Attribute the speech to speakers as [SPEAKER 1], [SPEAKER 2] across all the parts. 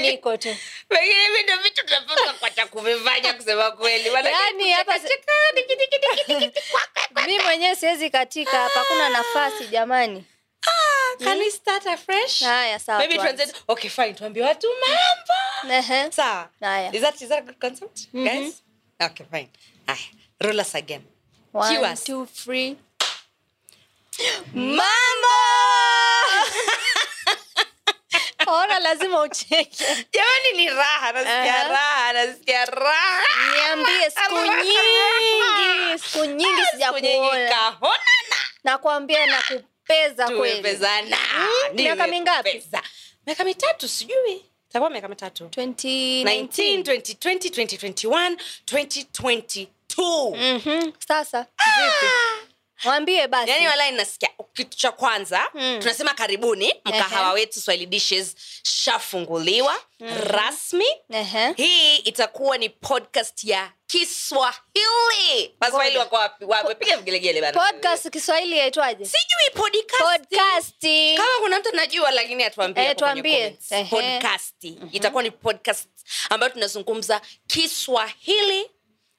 [SPEAKER 1] niko tu
[SPEAKER 2] pengine hivi ndo vitu tunapaswa kwacha kuvifanya kusema kweli Maanake
[SPEAKER 1] Yaani hapa si-
[SPEAKER 2] kucheka, diki, diki, diki, diki, diki, kwa, kwa, kwa.
[SPEAKER 1] mi mwenyewe siwezi katika hapa hakuna nafasi jamani
[SPEAKER 2] Can we start afresh?
[SPEAKER 1] haya sawa
[SPEAKER 2] Maybe
[SPEAKER 1] tuanze.
[SPEAKER 2] Hmm? Ah, tuanze- okay fine tuambie watu mambo
[SPEAKER 1] Ehe.
[SPEAKER 2] sawa
[SPEAKER 1] Haya.
[SPEAKER 2] is that, is that a good concept
[SPEAKER 1] Mhm.
[SPEAKER 2] guys okay fine haya roll us again
[SPEAKER 1] One,
[SPEAKER 2] Kiwas.
[SPEAKER 1] two, three.
[SPEAKER 2] mambo
[SPEAKER 1] ona lazima ucheke
[SPEAKER 2] jamani ni raha nasikia
[SPEAKER 1] Aha.
[SPEAKER 2] raha nasikia raha
[SPEAKER 1] Ah, niambie siku nyingi Ah, siku nyingi
[SPEAKER 2] Siku nyingi
[SPEAKER 1] sijakuona
[SPEAKER 2] kahonana.
[SPEAKER 1] nakwambia nakupeza kweli
[SPEAKER 2] tumepezana
[SPEAKER 1] Mm, miaka mingapi?
[SPEAKER 2] Nimepeza. miaka mitatu sijui takuwa miaka mitatu
[SPEAKER 1] 2019.
[SPEAKER 2] 19, 2020, 2021, 2022.
[SPEAKER 1] Mhm. sasa
[SPEAKER 2] Ah!
[SPEAKER 1] mwambie basi
[SPEAKER 2] yaani walai nasikia kitu cha kwanza
[SPEAKER 1] Mm.
[SPEAKER 2] tunasema karibuni mkahawa
[SPEAKER 1] Ehe. Mm.
[SPEAKER 2] wetu swahili dishes shafunguliwa rasmi
[SPEAKER 1] Ehe.
[SPEAKER 2] hii itakuwa ni podcast ya kiswahili waswahili wako wapi Wa- wapiga vigelegele bana
[SPEAKER 1] podcast kiswahili yaitwaje
[SPEAKER 2] sijui podcast
[SPEAKER 1] podcasti
[SPEAKER 2] kama kuna mtu anajua lakini atuambie
[SPEAKER 1] Eh,
[SPEAKER 2] hapo kwenye
[SPEAKER 1] tuambie.
[SPEAKER 2] comments.
[SPEAKER 1] Ehe. Mhm.
[SPEAKER 2] Podcast. itakuwa ni podcast ambayo tunazungumza kiswahili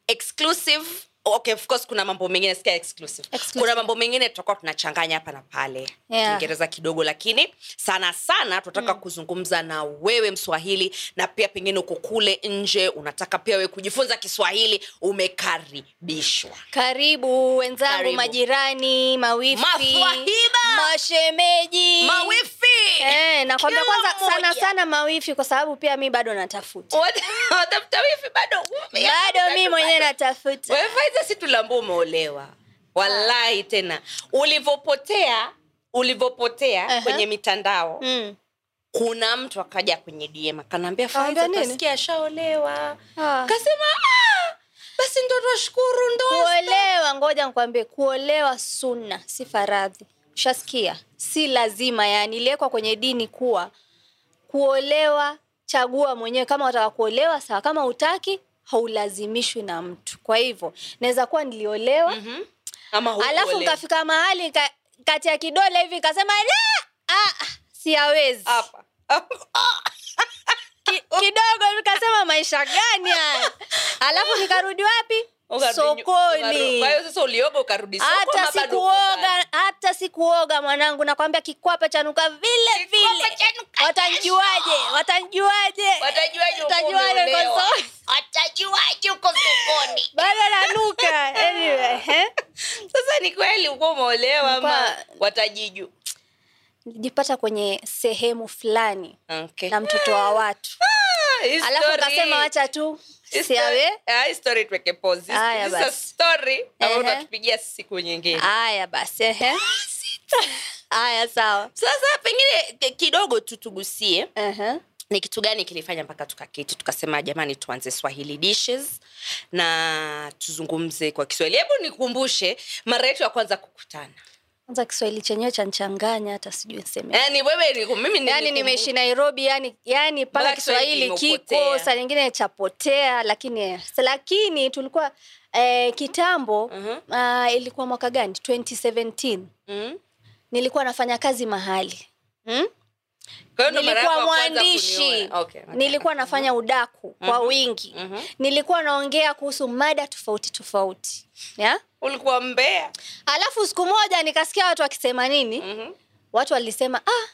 [SPEAKER 2] exclusive okay of course kuna mambo mengine sikia exclusive.
[SPEAKER 1] Exclusive.
[SPEAKER 2] kuna mambo mengine tutakuwa tunachanganya hapa na pale
[SPEAKER 1] Yeah. Mm.
[SPEAKER 2] kiingereza kidogo lakini sana sana tunataka kuzungumza na wewe mswahili na pia pengine uko kule nje unataka pia wewe kujifunza kiswahili umekaribishwa
[SPEAKER 1] karibu wenzangu
[SPEAKER 2] Karibu.
[SPEAKER 1] majirani mawifi
[SPEAKER 2] Maswahiba.
[SPEAKER 1] mashemeji
[SPEAKER 2] mawifi
[SPEAKER 1] Eh, nakwambia
[SPEAKER 2] Kila
[SPEAKER 1] kwanza sana
[SPEAKER 2] mmoja.
[SPEAKER 1] sana mawifi kwa sababu pia mi bado natafuta
[SPEAKER 2] Wat- watafuta wifi bado
[SPEAKER 1] bado mi mwenyewe natafuta
[SPEAKER 2] wefaiza si tulambu umeolewa wallahi tena ulivyopotea ulivyopotea
[SPEAKER 1] Aha.
[SPEAKER 2] kwenye mitandao
[SPEAKER 1] Mm.
[SPEAKER 2] kuna mtu akaja kwenye dm akanaambia
[SPEAKER 1] Kaambia
[SPEAKER 2] faiza
[SPEAKER 1] nini?
[SPEAKER 2] kasikia ashaolewa
[SPEAKER 1] Ah.
[SPEAKER 2] kasema "Ah, basi ndo twashukuru ndo
[SPEAKER 1] kuolewa ngoja nikwambie kuolewa sunna si faradhi ushasikia si lazima yani iliwekwa kwenye dini kuwa kuolewa chagua mwenyewe kama utaka kuolewa sawa kama utaki haulazimishwi na mtu kwa hivyo naweza kuwa
[SPEAKER 2] Mm.
[SPEAKER 1] niliolewa mm-hmm.
[SPEAKER 2] Mhm. ama
[SPEAKER 1] alafu
[SPEAKER 2] hukuolewa.
[SPEAKER 1] nikafika mahali ka, kati ya kidole hivi kasema "La! ah, siawezi
[SPEAKER 2] Hapa.
[SPEAKER 1] Ki,
[SPEAKER 2] oh.
[SPEAKER 1] kidogo nikasema maisha gani haya alafu nikarudi wapi
[SPEAKER 2] Ukarudi nyu- ukaru-
[SPEAKER 1] sokoni
[SPEAKER 2] kwa hiyo sasa ulioga ukarudi soko, ama
[SPEAKER 1] hata
[SPEAKER 2] bado uko ndani?
[SPEAKER 1] sikuoga hata sikuoga mwanangu nakwambia kikwapa chanuka vile
[SPEAKER 2] Kikwapa
[SPEAKER 1] vile
[SPEAKER 2] chanuka
[SPEAKER 1] watanjuaje
[SPEAKER 2] kesho.
[SPEAKER 1] watanjuaje
[SPEAKER 2] Watajuaje uko
[SPEAKER 1] Watajuaje uko
[SPEAKER 2] umeolewa?
[SPEAKER 1] sokoni?
[SPEAKER 2] Watajuaje uko sokoni
[SPEAKER 1] bado nanuka anyway, eh?
[SPEAKER 2] sasa ni kweli ukuwa umeolewa ama
[SPEAKER 1] Kwa-
[SPEAKER 2] watajiju
[SPEAKER 1] nilijipata kwenye sehemu fulani
[SPEAKER 2] okay.
[SPEAKER 1] na mtoto wa watu
[SPEAKER 2] Ah, hii
[SPEAKER 1] alafu
[SPEAKER 2] story-
[SPEAKER 1] akasema wacha tu
[SPEAKER 2] hii
[SPEAKER 1] siawe
[SPEAKER 2] story- ah, hii story tuweke pause. Hii-
[SPEAKER 1] Haya
[SPEAKER 2] hii
[SPEAKER 1] basi.
[SPEAKER 2] sa- story ambayo
[SPEAKER 1] Ehe.
[SPEAKER 2] utatupigia siku nyingine
[SPEAKER 1] haya basi ehe. haya sawa
[SPEAKER 2] sasa pengine ki- kidogo tu tugusie
[SPEAKER 1] Ehe.
[SPEAKER 2] ni kitu gani kilifanya mpaka tukaketi tukasema jamani tuanze swahili dishes na tuzungumze kwa kiswahili hebu nikumbushe mara yetu ya kwanza kukutana
[SPEAKER 1] kwanza kiswahili chenyewe chanchanganya hata sijui niseme
[SPEAKER 2] yani Yaani wewe niku- mimi ni-
[SPEAKER 1] yani
[SPEAKER 2] nikumbu-
[SPEAKER 1] nimeishi nairobi yani yani mpaka
[SPEAKER 2] Mpaka Kiswahili
[SPEAKER 1] kiswahili kiko
[SPEAKER 2] kimepotea.
[SPEAKER 1] saa nyingine chapotea lakini eh, lakini tulikuwa eh, kitambo
[SPEAKER 2] Mhm.
[SPEAKER 1] uh, ilikuwa mwaka gani 2017
[SPEAKER 2] Mm.
[SPEAKER 1] nilikuwa nafanya kazi mahali hmm?
[SPEAKER 2] Kwa hiyo ndo mara yako
[SPEAKER 1] nilikuwa
[SPEAKER 2] ya kwanza
[SPEAKER 1] mwandishi
[SPEAKER 2] kuniona. Okay, okay.
[SPEAKER 1] nilikuwa nafanya udaku kwa
[SPEAKER 2] Mhm.
[SPEAKER 1] wingi
[SPEAKER 2] Mhm.
[SPEAKER 1] nilikuwa naongea kuhusu mada tofauti tofauti yeah?
[SPEAKER 2] ulikuwa mbea
[SPEAKER 1] alafu siku moja nikasikia watu wakisema nini
[SPEAKER 2] Mhm.
[SPEAKER 1] watu walisema ah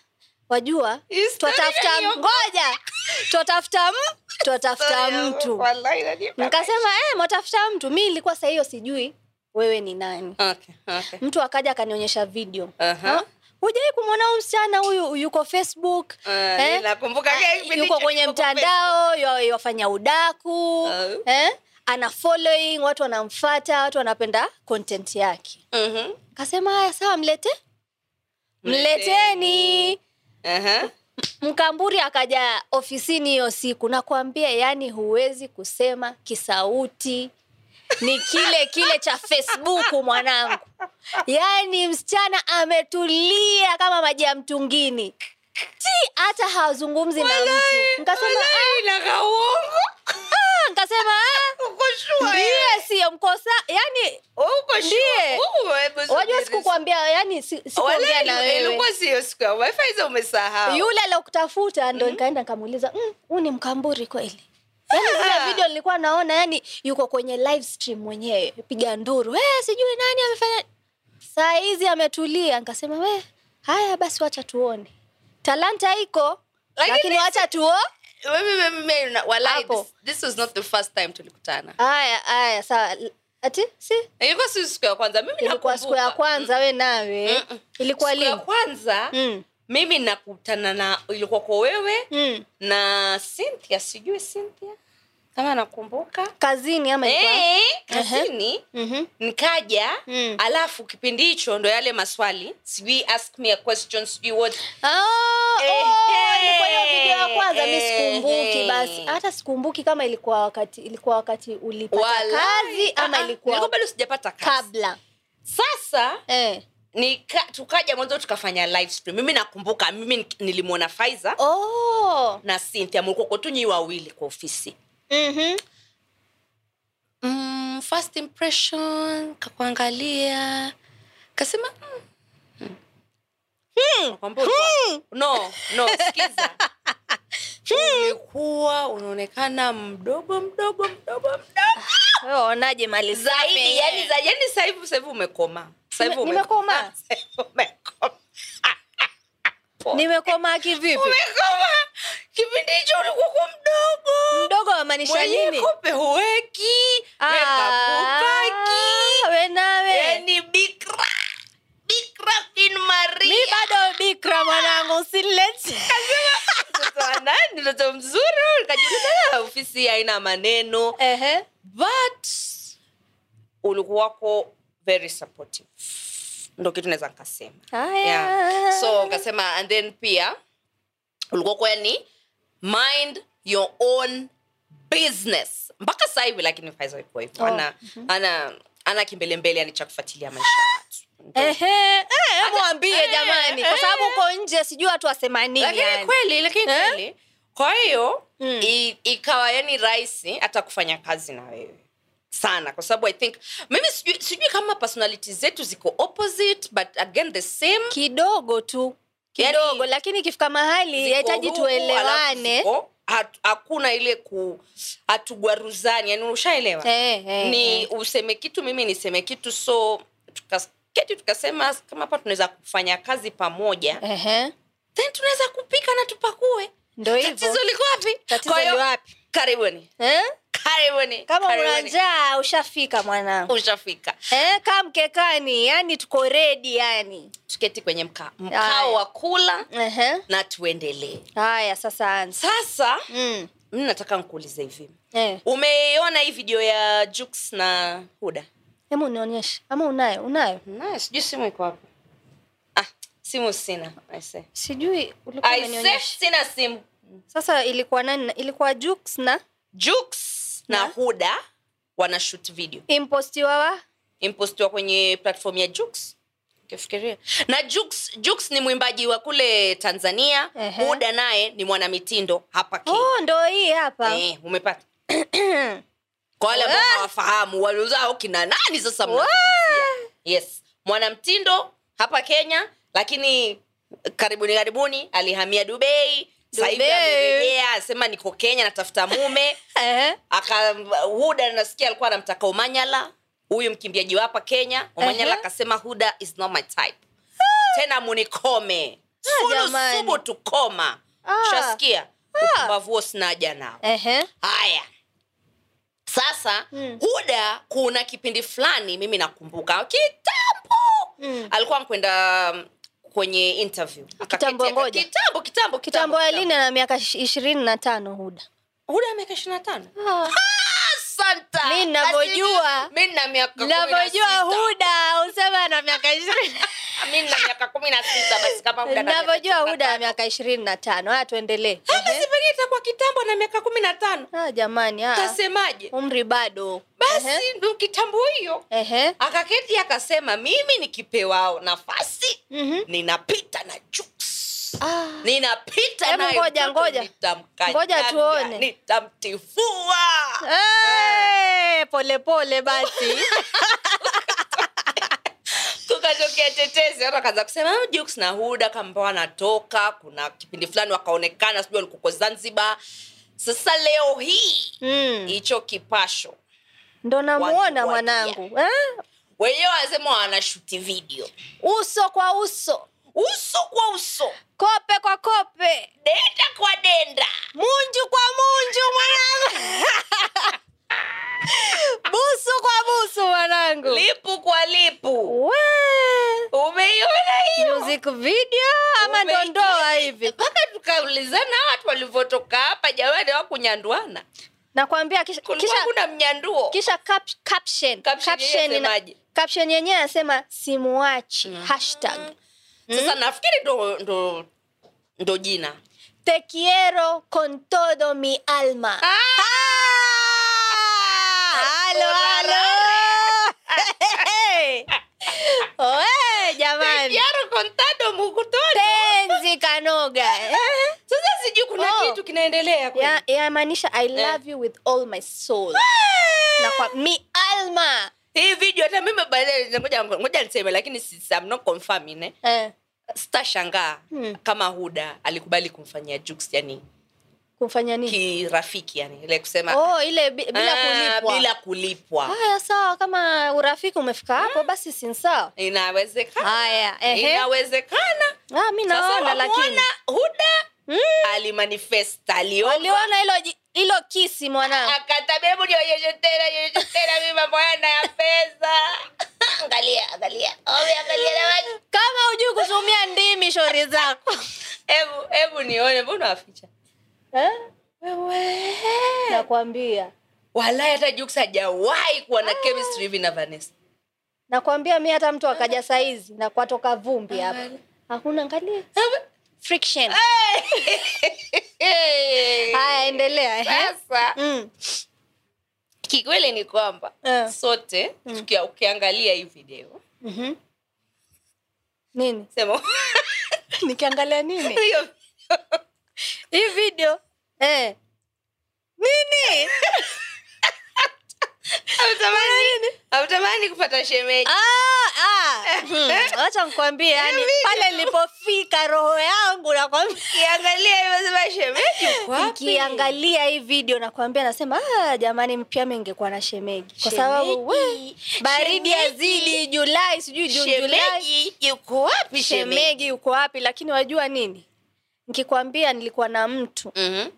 [SPEAKER 1] wajua
[SPEAKER 2] Historia
[SPEAKER 1] twatafuta
[SPEAKER 2] hiyo.
[SPEAKER 1] ngoja twatafuta m twatafuta
[SPEAKER 2] Sorry,
[SPEAKER 1] mtu
[SPEAKER 2] wallahi inanipa-
[SPEAKER 1] nikasema eh, mwatafuta mtu mi ilikuwa saa hiyo sijui wewe ni nani
[SPEAKER 2] Okay, okay.
[SPEAKER 1] mtu akaja akanionyesha video
[SPEAKER 2] Aha.
[SPEAKER 1] Ha? hujawai kumwona huyu msichana huyu yuko facebook
[SPEAKER 2] Ah,
[SPEAKER 1] eh?
[SPEAKER 2] ninakumbuka
[SPEAKER 1] Ah,
[SPEAKER 2] kile kipindi
[SPEAKER 1] yuko
[SPEAKER 2] cha
[SPEAKER 1] kwenye
[SPEAKER 2] Kiko
[SPEAKER 1] mtandao ywa- yafanya udaku
[SPEAKER 2] Oh.
[SPEAKER 1] eh? ana following watu wanamfata watu wanapenda content yake
[SPEAKER 2] Pembe. Mhm.
[SPEAKER 1] kasema haya sawa mlete mleteni
[SPEAKER 2] Aha.
[SPEAKER 1] Uh-huh. mkamburi akaja ofisini hiyo siku nakwambia yani huwezi kusema kisauti ni kile kile cha facebook mwanangu yaani msichana ametulia kama maji ya mtungini ti hata hawazungumzi na mtu "Ah." nkasema
[SPEAKER 2] Wallahi, nakauongo.
[SPEAKER 1] "Ah," nkasema "Ah,
[SPEAKER 2] Uko sure? eh?
[SPEAKER 1] ndiye siyo mkosa yani
[SPEAKER 2] Uko sure?
[SPEAKER 1] Ndiye.
[SPEAKER 2] Uko, hebu
[SPEAKER 1] wajua
[SPEAKER 2] subiri,
[SPEAKER 1] siku kuambia yani si- sikuongea na
[SPEAKER 2] Wala,
[SPEAKER 1] wewe
[SPEAKER 2] eh, ilikuwa siyo siku ya wifi hizo umesahau
[SPEAKER 1] yule alokutafuta
[SPEAKER 2] Mhm.
[SPEAKER 1] ndo nikaenda nikamuuliza "Mm, huu ni mkamburi kweli yani zile video nilikuwa naona yani yuko kwenye live stream mwenyewe piga nduru hey, sijui nani amefanya saa hizi ametulia nikasema we haya basi wacha tuone talanta iko
[SPEAKER 2] Lakini
[SPEAKER 1] lakini, wacha tuo
[SPEAKER 2] Wewe- wewe- wewe una- walai,
[SPEAKER 1] Hapo.
[SPEAKER 2] this- this was not the first time tulikutana Eh,
[SPEAKER 1] haya haya sawa ati si
[SPEAKER 2] ilikuwa si siku ya kwanza mimi
[SPEAKER 1] ilikuwa siku ya
[SPEAKER 2] nakumbuka.
[SPEAKER 1] kwanza we nawe
[SPEAKER 2] Mm-mm.
[SPEAKER 1] ilikuwa
[SPEAKER 2] Siku ya
[SPEAKER 1] lini
[SPEAKER 2] kwanza
[SPEAKER 1] Mm,
[SPEAKER 2] mimi nakutana na ilikuwa kwa wewe
[SPEAKER 1] mm.
[SPEAKER 2] na cynthia sijui cynthia kama nakumbuka
[SPEAKER 1] kazini ama ilikuwa-
[SPEAKER 2] Eh,
[SPEAKER 1] Aha.
[SPEAKER 2] kazini
[SPEAKER 1] Mhm.
[SPEAKER 2] nikaja
[SPEAKER 1] Mm.
[SPEAKER 2] alafu kipindi hicho ndo yale maswali sijui ask me a question sijui what
[SPEAKER 1] Ah, oh,
[SPEAKER 2] Ehe.
[SPEAKER 1] ilikuwa hiyo video ya kwanza mi
[SPEAKER 2] eh,
[SPEAKER 1] sikumbuki
[SPEAKER 2] Ehe.
[SPEAKER 1] basi hata sikumbuki kama ilikuwa wakati ilikuwa wakati ulipata
[SPEAKER 2] Walai,
[SPEAKER 1] kazi ama
[SPEAKER 2] ah, ah, nilikuwa
[SPEAKER 1] ilikuwa
[SPEAKER 2] bado sijapata kazi
[SPEAKER 1] kabla
[SPEAKER 2] sasa
[SPEAKER 1] eh.
[SPEAKER 2] nika, tukaja mwanzo tukafanya live stream mimi nakumbuka mimi ni- nilimwona faiza
[SPEAKER 1] oh.
[SPEAKER 2] na cynthia mlikoko tu nyi wawili kwa ofisi
[SPEAKER 1] mm-hmm.
[SPEAKER 2] mm, first impression kakuangalia kasema mm. Hmm. Kwamba ulikuwa- no no sikiza Hmm. ulikuwa unaonekana mdogo mdogo mdogo mdogo
[SPEAKER 1] Wewe waonaje mali
[SPEAKER 2] zaidi
[SPEAKER 1] yaani
[SPEAKER 2] yani za- yani sasa hivi sasa hivi umekoma Sasa hivi
[SPEAKER 1] Nime-
[SPEAKER 2] ume-
[SPEAKER 1] nimekoma?
[SPEAKER 2] Ah, sasa hivi umekoma
[SPEAKER 1] nimekomaa kivipi
[SPEAKER 2] umekoma kipindi hicho ulikuwa mdogo
[SPEAKER 1] mdogo wamaanisha
[SPEAKER 2] mwenye
[SPEAKER 1] nini Ah,
[SPEAKER 2] kope huweki wekapupaki
[SPEAKER 1] we nawe
[SPEAKER 2] yani Yaani bikra bikra in
[SPEAKER 1] mi
[SPEAKER 2] maria
[SPEAKER 1] bado bikra mwanangu usilete
[SPEAKER 2] mtoto wa nani mtoto mzuri kajuliza ofisi haina maneno
[SPEAKER 1] Ehe.
[SPEAKER 2] but ulikuwako very supportive ndo kitu naweza nkasema
[SPEAKER 1] Haya.
[SPEAKER 2] yeah. so nkasema and then pia ulikuwako yani mind your own business mpaka sasa hivi lakini faiza ikuwa hivyo
[SPEAKER 1] Oh,
[SPEAKER 2] ana, ana, ana kimbelembele yani cha kufuatilia maisha ya watu Ndo-
[SPEAKER 1] Ehe, eh, hebu mwambie
[SPEAKER 2] eh,
[SPEAKER 1] jamani kwa
[SPEAKER 2] eh.
[SPEAKER 1] sababu uko nje sijui watu wasema nini
[SPEAKER 2] lakini
[SPEAKER 1] yani.
[SPEAKER 2] kweli lakini
[SPEAKER 1] Eh?
[SPEAKER 2] kweli kwa hiyo
[SPEAKER 1] Mm.
[SPEAKER 2] i- ikawa yani rahisi hata kufanya kazi na wewe sana kwa sababu i think mimi sijui, sijui kama personality zetu ziko opposite but again the same
[SPEAKER 1] kidogo tu
[SPEAKER 2] Yani,
[SPEAKER 1] kidogo lakini ikifika mahali
[SPEAKER 2] Yaani ziko
[SPEAKER 1] yahitaji
[SPEAKER 2] huku, alafu
[SPEAKER 1] tuelewane
[SPEAKER 2] ziko- hat- hakuna ile ku hatugwaruzani yani ushaelewa
[SPEAKER 1] Eh, eh,
[SPEAKER 2] ni
[SPEAKER 1] eh.
[SPEAKER 2] useme kitu mimi niseme kitu so tukaketi tukasema kama hapa tunaweza kufanya kazi
[SPEAKER 1] Eh.
[SPEAKER 2] pamoja
[SPEAKER 1] Ehe,
[SPEAKER 2] then tunaweza kupika na tupakue
[SPEAKER 1] ndo hivyo
[SPEAKER 2] tatizo liko wapi
[SPEAKER 1] Tatizo
[SPEAKER 2] Kwa hiyo,
[SPEAKER 1] li wapi?
[SPEAKER 2] karibuni
[SPEAKER 1] Eh?
[SPEAKER 2] karibuni
[SPEAKER 1] kama una
[SPEAKER 2] karibuni.
[SPEAKER 1] njaa ushafika mwanangu
[SPEAKER 2] ushafika
[SPEAKER 1] eh, kaa mkekani yani tuko redi yani
[SPEAKER 2] tuketi kwenye mka-
[SPEAKER 1] Haya.
[SPEAKER 2] mkao wa kula
[SPEAKER 1] Ehe.
[SPEAKER 2] na tuendelee
[SPEAKER 1] haya sasa anza
[SPEAKER 2] sasa
[SPEAKER 1] mm.
[SPEAKER 2] mi nataka nkuulize hivi
[SPEAKER 1] eh.
[SPEAKER 2] umeiona hii video ya juks na huda
[SPEAKER 1] hebu nionyeshe ama unayo unayo
[SPEAKER 2] nayo sijui simu iko hapa ah, simu sina I say.
[SPEAKER 1] sijui ulikuwa
[SPEAKER 2] I say,
[SPEAKER 1] umenionyesha.
[SPEAKER 2] sina simu
[SPEAKER 1] sasa ilikuwa nani ilikuwa Jux na
[SPEAKER 2] juks na
[SPEAKER 1] Na?
[SPEAKER 2] huda wanashoot video
[SPEAKER 1] impostiwa wa
[SPEAKER 2] impostiwa kwenye platform ya juks ukifikiria na juks juks ni mwimbaji wa kule tanzania
[SPEAKER 1] Ehe.
[SPEAKER 2] huda naye ni mwanamitindo hapa Kenya.
[SPEAKER 1] oh, ndo hii hapa
[SPEAKER 2] Eh, umepata kwa wale ambao
[SPEAKER 1] Wah!
[SPEAKER 2] hawafahamu waliuzao kina nani sasa
[SPEAKER 1] Wah!
[SPEAKER 2] mnazungumzia? yes mwanamtindo hapa kenya lakini karibuni karibuni alihamia dubei sahivi
[SPEAKER 1] Dubai.
[SPEAKER 2] amerejea asema niko kenya natafuta mume
[SPEAKER 1] Ehe.
[SPEAKER 2] aka huda nasikia alikuwa anamtaka umanyala huyu mkimbiaji wa hapa kenya umanyala
[SPEAKER 1] Ehe. Ah.
[SPEAKER 2] akasema huda is not my type tena munikome Sulu
[SPEAKER 1] jamani.
[SPEAKER 2] subu tukoma
[SPEAKER 1] Ah.
[SPEAKER 2] shasikia upumbavuo sina haja nao
[SPEAKER 1] Ehe.
[SPEAKER 2] haya sasa
[SPEAKER 1] Mm.
[SPEAKER 2] huda kuna kipindi fulani mimi nakumbuka kitambo
[SPEAKER 1] Mm.
[SPEAKER 2] alikuwa nkwenda um, kwenye interview Akaketi
[SPEAKER 1] Kitambo
[SPEAKER 2] aka-
[SPEAKER 1] ngoja.
[SPEAKER 2] kitambo kitambo
[SPEAKER 1] kitambo ya
[SPEAKER 2] kitambo.
[SPEAKER 1] lini na miaka ishirini na tano huda
[SPEAKER 2] huda ana miaka ishirina tano ah,
[SPEAKER 1] Mi ninavyojua-
[SPEAKER 2] mi na miaka kumi na
[SPEAKER 1] navyojua Ah.
[SPEAKER 2] sita.
[SPEAKER 1] huda usema na miaka ishirini
[SPEAKER 2] Mi nina miaka kumi na sita basi kama Huda ana miaka
[SPEAKER 1] navyojua
[SPEAKER 2] ishirini na
[SPEAKER 1] huda na
[SPEAKER 2] tano.
[SPEAKER 1] miaka ishirini na tano haya tuendelee
[SPEAKER 2] Ah, basi pengine itakuwa kitambo na miaka kumi na tano
[SPEAKER 1] Ah, jamani ah.
[SPEAKER 2] tasemaje
[SPEAKER 1] umri bado Ehe.
[SPEAKER 2] basi ndo kitambo hiyo
[SPEAKER 1] Ehe.
[SPEAKER 2] akaketi akasema mimi nikipewa nafasi
[SPEAKER 1] Mhm.
[SPEAKER 2] ninapita na chuks
[SPEAKER 1] Ah.
[SPEAKER 2] ninapita
[SPEAKER 1] Hebu
[SPEAKER 2] naye
[SPEAKER 1] ngoja,
[SPEAKER 2] mtoto,
[SPEAKER 1] ngoja.
[SPEAKER 2] nitamkanyaga,
[SPEAKER 1] Ngoja tuone.
[SPEAKER 2] nitamtifua Ah.
[SPEAKER 1] Eh, polepole basi
[SPEAKER 2] katokea tetezi watu wakaanza kusema "Ah, Jux na huda kambao wanatoka kuna kipindi fulani wakaonekana sijui walikuko zanzibar sasa leo hii
[SPEAKER 1] mm.
[SPEAKER 2] hicho kipasho
[SPEAKER 1] ndo namuona
[SPEAKER 2] Wangu wa
[SPEAKER 1] mwanangu eh?
[SPEAKER 2] wenyewe wanasema wanashuti video
[SPEAKER 1] uso kwa uso
[SPEAKER 2] uso kwa uso
[SPEAKER 1] kope kwa kope
[SPEAKER 2] denda kwa denda
[SPEAKER 1] munju kwa munju mwanangu busu kwa busu mwanangu
[SPEAKER 2] lipu kwa lipu
[SPEAKER 1] We,
[SPEAKER 2] umeiona hiyo
[SPEAKER 1] music video ama
[SPEAKER 2] Umeikia.
[SPEAKER 1] ndondoa hivi
[SPEAKER 2] mpaka tukaulizana hawa watu walivyotoka hapa jamani wakunyanduana
[SPEAKER 1] nakwambia kisha,
[SPEAKER 2] kulikuwa
[SPEAKER 1] kisha,
[SPEAKER 2] kuna mnyanduo
[SPEAKER 1] kisha cap, caption
[SPEAKER 2] Caption
[SPEAKER 1] ina-
[SPEAKER 2] yenyewe inasemaje?
[SPEAKER 1] caption yenyewe anasema simuachi
[SPEAKER 2] Mm.
[SPEAKER 1] hashtag
[SPEAKER 2] sasa nafikiri ndo ndo ndo jina
[SPEAKER 1] te quiero con todo mi alma Halo, halo. Oe, jamani
[SPEAKER 2] Yaro Contado mukutoni.
[SPEAKER 1] penzi kanoga
[SPEAKER 2] Sasa sijui kuna
[SPEAKER 1] Oh.
[SPEAKER 2] kitu kinaendelea kweli.
[SPEAKER 1] Ya- yamaanisha i love you with all my soul
[SPEAKER 2] Ah.
[SPEAKER 1] na kwa mi alma
[SPEAKER 2] Hii video hata mimi baadaye ngoja ngoja niseme lakini si I'm not confirming eh.
[SPEAKER 1] eh,
[SPEAKER 2] Sitashangaa
[SPEAKER 1] Hmm.
[SPEAKER 2] kama Huda alikubali kumfanyia Jux yani
[SPEAKER 1] kumfanya nini
[SPEAKER 2] kirafiki yani ile kusema
[SPEAKER 1] Hmm. oh ile bi- bila
[SPEAKER 2] ah,
[SPEAKER 1] kulipwa Ah.
[SPEAKER 2] bila kulipwa.
[SPEAKER 1] haya sawa kama urafiki umefika hapo basi sinsawa
[SPEAKER 2] Inawezekana.
[SPEAKER 1] haya ehe.
[SPEAKER 2] Inawezekana.
[SPEAKER 1] Ah, mi
[SPEAKER 2] Sasa
[SPEAKER 1] naona lakini
[SPEAKER 2] wamuona Huda
[SPEAKER 1] Mm.
[SPEAKER 2] alimanifest aliona
[SPEAKER 1] waliona hilo ji- hilo kisi mwanangu
[SPEAKER 2] Ah. akatabebu nionyeshe tena nionyeshe tena mi mambo yana ya pesa angalia angalia Owe, angalia jamani
[SPEAKER 1] kama hujui kutumia ndimi shori zako
[SPEAKER 2] hebu hebu nione mbona waficha
[SPEAKER 1] Eh? nakwambia
[SPEAKER 2] walai hata juks hajawahi kuwa
[SPEAKER 1] Ah.
[SPEAKER 2] na chemistry hivi na vanessa
[SPEAKER 1] nakwambia mi hata mtu akaja saizi na kwatoka vumbi hapa
[SPEAKER 2] Angalia.
[SPEAKER 1] hakuna angalia
[SPEAKER 2] Hebu-
[SPEAKER 1] friction
[SPEAKER 2] Hey!
[SPEAKER 1] haya endelea ehe.
[SPEAKER 2] sasa
[SPEAKER 1] Mm.
[SPEAKER 2] kikweli ni kwamba
[SPEAKER 1] Eh.
[SPEAKER 2] sote tukia- ukiangalia hii video
[SPEAKER 1] Mhm. nini
[SPEAKER 2] sema
[SPEAKER 1] nikiangalia nini
[SPEAKER 2] hiyo
[SPEAKER 1] hii video eh. nini
[SPEAKER 2] hamtamani- hamtamani kupata shemeji
[SPEAKER 1] Ah, ah. Hmm, wacha nkwambie yani pale nilipofika roho yangu nakwambia
[SPEAKER 2] ukiangalia hiyo sema shemeji uko wapi?
[SPEAKER 1] nikiangalia hii video nakwambia nasema ah, jamani pia mingekuwa na shemegi kwa sababu we, baridi yazidi julai sijui Ju- julai
[SPEAKER 2] shemeji yuko wapi shemeji
[SPEAKER 1] shemegi uko wapi lakini wajua nini nikikwambia nilikuwa na mtu
[SPEAKER 2] Mhm.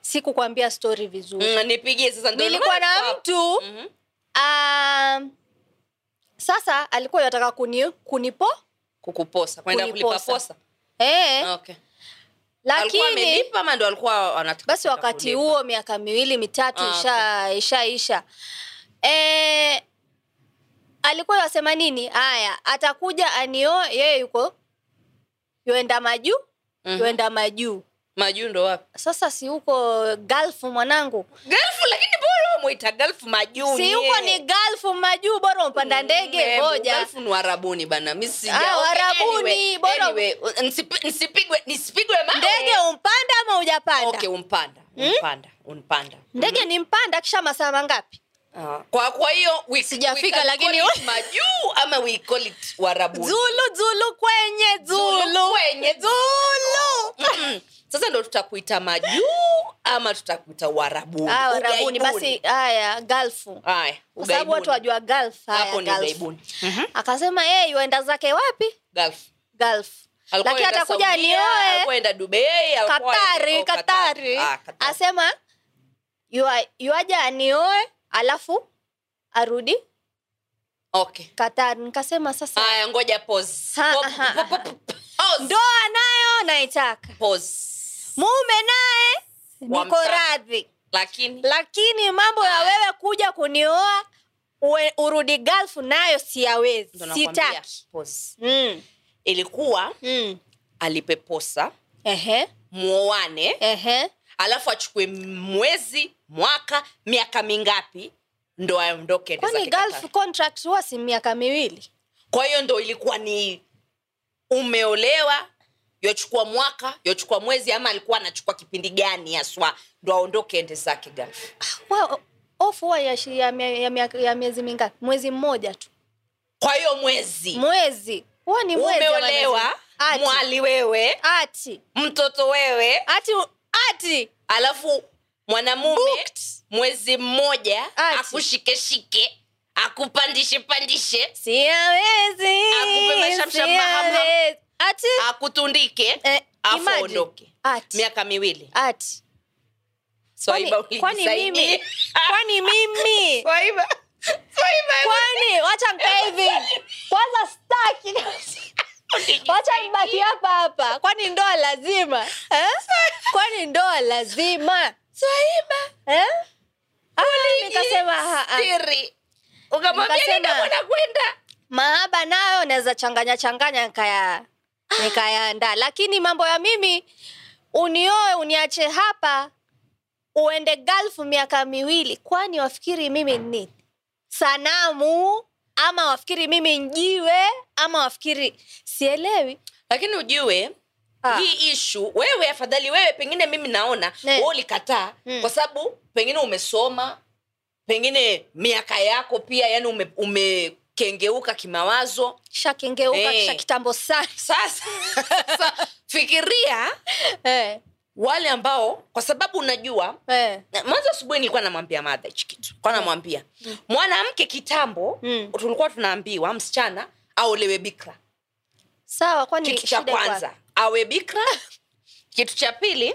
[SPEAKER 1] sikukwambia stori vizuri
[SPEAKER 2] Mm, nipigie sasa ndio
[SPEAKER 1] nilikuwa na
[SPEAKER 2] nilikuwa-
[SPEAKER 1] mtu
[SPEAKER 2] Mhm.
[SPEAKER 1] um, sasa alikuwa yataka kuni, kunipo
[SPEAKER 2] kukuposa kwenda kulipa
[SPEAKER 1] Kuniposa.
[SPEAKER 2] posa
[SPEAKER 1] eh,
[SPEAKER 2] okay. alikuwa
[SPEAKER 1] lakini
[SPEAKER 2] amelipa ama ndo alikuwa wanataka
[SPEAKER 1] basi wakati
[SPEAKER 2] kulipa?
[SPEAKER 1] huo miaka miwili mitatu
[SPEAKER 2] Ah,
[SPEAKER 1] isha ishaisha e, alikuwa wasema nini haya atakuja anio yeye yuko yuenda majuu
[SPEAKER 2] Mhm.
[SPEAKER 1] yuenda majuu
[SPEAKER 2] majuu ndo wapi
[SPEAKER 1] sasa si huko galfu mwanangu
[SPEAKER 2] galfu lakini bora mwita galfu majuu
[SPEAKER 1] si
[SPEAKER 2] nye.
[SPEAKER 1] huko ni galfu majuu bora
[SPEAKER 2] Mm,
[SPEAKER 1] umpanda ndege
[SPEAKER 2] Mebu,
[SPEAKER 1] moja
[SPEAKER 2] Galfu Mm-hmm. ni warabuni bana mi sija-
[SPEAKER 1] Ah,
[SPEAKER 2] okay,
[SPEAKER 1] Warabuni,
[SPEAKER 2] anyway,
[SPEAKER 1] bora-
[SPEAKER 2] anyway, nisipi- nisipigwe nisipigwe mawe.
[SPEAKER 1] ndege umpanda ama ujapanda
[SPEAKER 2] okay Mhm. umpanda umpanda umpanda
[SPEAKER 1] ndege ni mpanda kisha masaa mangapi
[SPEAKER 2] Ah, kwa kwa hiyo we- we
[SPEAKER 1] Sijafika,
[SPEAKER 2] can
[SPEAKER 1] lakini-
[SPEAKER 2] call it majuu ama we call it warabuni
[SPEAKER 1] zulu zulu kwenye
[SPEAKER 2] Zulu
[SPEAKER 1] zulu
[SPEAKER 2] kwenye
[SPEAKER 1] zulu
[SPEAKER 2] Mm-mm. sasa ndo tutakuita majuu ama tutakuita warabuni
[SPEAKER 1] Ah, warabuni
[SPEAKER 2] Ugaibuni.
[SPEAKER 1] basi haya galfu
[SPEAKER 2] Haya,
[SPEAKER 1] kwa sababu
[SPEAKER 2] ugaibuni.
[SPEAKER 1] watu wajua galf haya,
[SPEAKER 2] hapo ni
[SPEAKER 1] Gulf.
[SPEAKER 2] ugaibuni Mhm.
[SPEAKER 1] akasema yeye yuenda zake wapi
[SPEAKER 2] Gulf.
[SPEAKER 1] galf
[SPEAKER 2] Alikuwa
[SPEAKER 1] lakini
[SPEAKER 2] anaenda
[SPEAKER 1] atakuja
[SPEAKER 2] Saudia, alikuwa
[SPEAKER 1] anioe
[SPEAKER 2] anaenda Dubai, alikuwa
[SPEAKER 1] katari
[SPEAKER 2] anaenda- oh,
[SPEAKER 1] katari
[SPEAKER 2] Ah, Qatar.
[SPEAKER 1] asema yua- yuaja anioe alafu arudi
[SPEAKER 2] Okay.
[SPEAKER 1] katari nikasema sasa
[SPEAKER 2] Haya, ngoja pause.
[SPEAKER 1] Ha,
[SPEAKER 2] Pop,
[SPEAKER 1] aha,
[SPEAKER 2] pop,
[SPEAKER 1] aha.
[SPEAKER 2] pop, pause.
[SPEAKER 1] ndoa nayo naitaka
[SPEAKER 2] Pause.
[SPEAKER 1] mume naye niko
[SPEAKER 2] Wamtaka.
[SPEAKER 1] radhi
[SPEAKER 2] Lakini
[SPEAKER 1] lakini mambo
[SPEAKER 2] Ah.
[SPEAKER 1] ya wewe kuja kunioa uwe- urudi galfu nayo siyawezi
[SPEAKER 2] ndo nakwambia,
[SPEAKER 1] sitaki
[SPEAKER 2] pause.
[SPEAKER 1] mm.
[SPEAKER 2] ilikuwa
[SPEAKER 1] Mm.
[SPEAKER 2] alipeposa
[SPEAKER 1] Ehe,
[SPEAKER 2] muoane
[SPEAKER 1] ehe.
[SPEAKER 2] alafu achukue mwezi mwaka miaka mingapi ndo aondoke aende
[SPEAKER 1] kwani
[SPEAKER 2] zake
[SPEAKER 1] Gulf
[SPEAKER 2] Qatar.
[SPEAKER 1] contract huwa si miaka miwili
[SPEAKER 2] kwa hiyo ndo ilikuwa ni umeolewa yochukua mwaka yochukua mwezi ama alikuwa anachukua kipindi gani haswa ndo aondoke ende zake Gulf.
[SPEAKER 1] Wa- ofu huwa ya, shi- ya, mia- ya, mia- ya miezi mingapi mwezi mmoja tu
[SPEAKER 2] kwa hiyo mwezi
[SPEAKER 1] mwezi huo ni mwezi jamani.
[SPEAKER 2] umeolewa
[SPEAKER 1] Ati.
[SPEAKER 2] mwali wewe
[SPEAKER 1] ati
[SPEAKER 2] mtoto wewe
[SPEAKER 1] ati ati
[SPEAKER 2] alafu mwanamume mwezi mmoja
[SPEAKER 1] Ati.
[SPEAKER 2] akushikeshike akupandishe pandishe
[SPEAKER 1] siawezi
[SPEAKER 2] Akubeba shamsham mahamham.
[SPEAKER 1] siawezi. ati
[SPEAKER 2] akutundike
[SPEAKER 1] eh,
[SPEAKER 2] afu
[SPEAKER 1] imagine.
[SPEAKER 2] aondoke.
[SPEAKER 1] ati
[SPEAKER 2] miaka miwili
[SPEAKER 1] ati Kwani-
[SPEAKER 2] Swaiba
[SPEAKER 1] kwani mimi
[SPEAKER 2] ulinisaidie.
[SPEAKER 1] kwani mimi
[SPEAKER 2] Swaiba- Swaiba
[SPEAKER 1] kwani wacha nkae hivi kwanza staki wacha nibaki hapa hapa kwani ndoa lazima eh? kwani ndoa lazima
[SPEAKER 2] Swaiba,
[SPEAKER 1] eh? Ah, nikasema ha, ah.
[SPEAKER 2] siri. Ukamwambia
[SPEAKER 1] Nikasema-
[SPEAKER 2] nenda bwana kwenda.
[SPEAKER 1] mahaba nayo naweza changanya changanya nikaya nikayaandaa lakini mambo ya mimi unioe uniache hapa uende galfu miaka miwili kwani wafikiri mimi ni nini sanamu ama wafikiri mimi njiwe ama wafikiri sielewi
[SPEAKER 2] lakini ujue
[SPEAKER 1] Ah.
[SPEAKER 2] hii ishu wewe afadhali wewe pengine mimi naona
[SPEAKER 1] Ne.
[SPEAKER 2] wewe ulikataa
[SPEAKER 1] Mm.
[SPEAKER 2] kwa sababu pengine umesoma pengine miaka yako pia yani ume, umekengeuka kimawazo
[SPEAKER 1] shakengeuka
[SPEAKER 2] Eh.
[SPEAKER 1] kisha kitambo sana
[SPEAKER 2] sasa, sasa fikiria
[SPEAKER 1] eh,
[SPEAKER 2] wale ambao kwa sababu unajua
[SPEAKER 1] eh.
[SPEAKER 2] Na- mwanzo asubuhi nilikuwa namwambia madha hichi kitu kwa namwambia mwanamke kitambo
[SPEAKER 1] Mm.
[SPEAKER 2] tulikuwa tunaambiwa msichana aolewe bikra
[SPEAKER 1] sawa kwani
[SPEAKER 2] kitu cha
[SPEAKER 1] shida iko wapi?
[SPEAKER 2] kwanza awe bikra kitu cha pili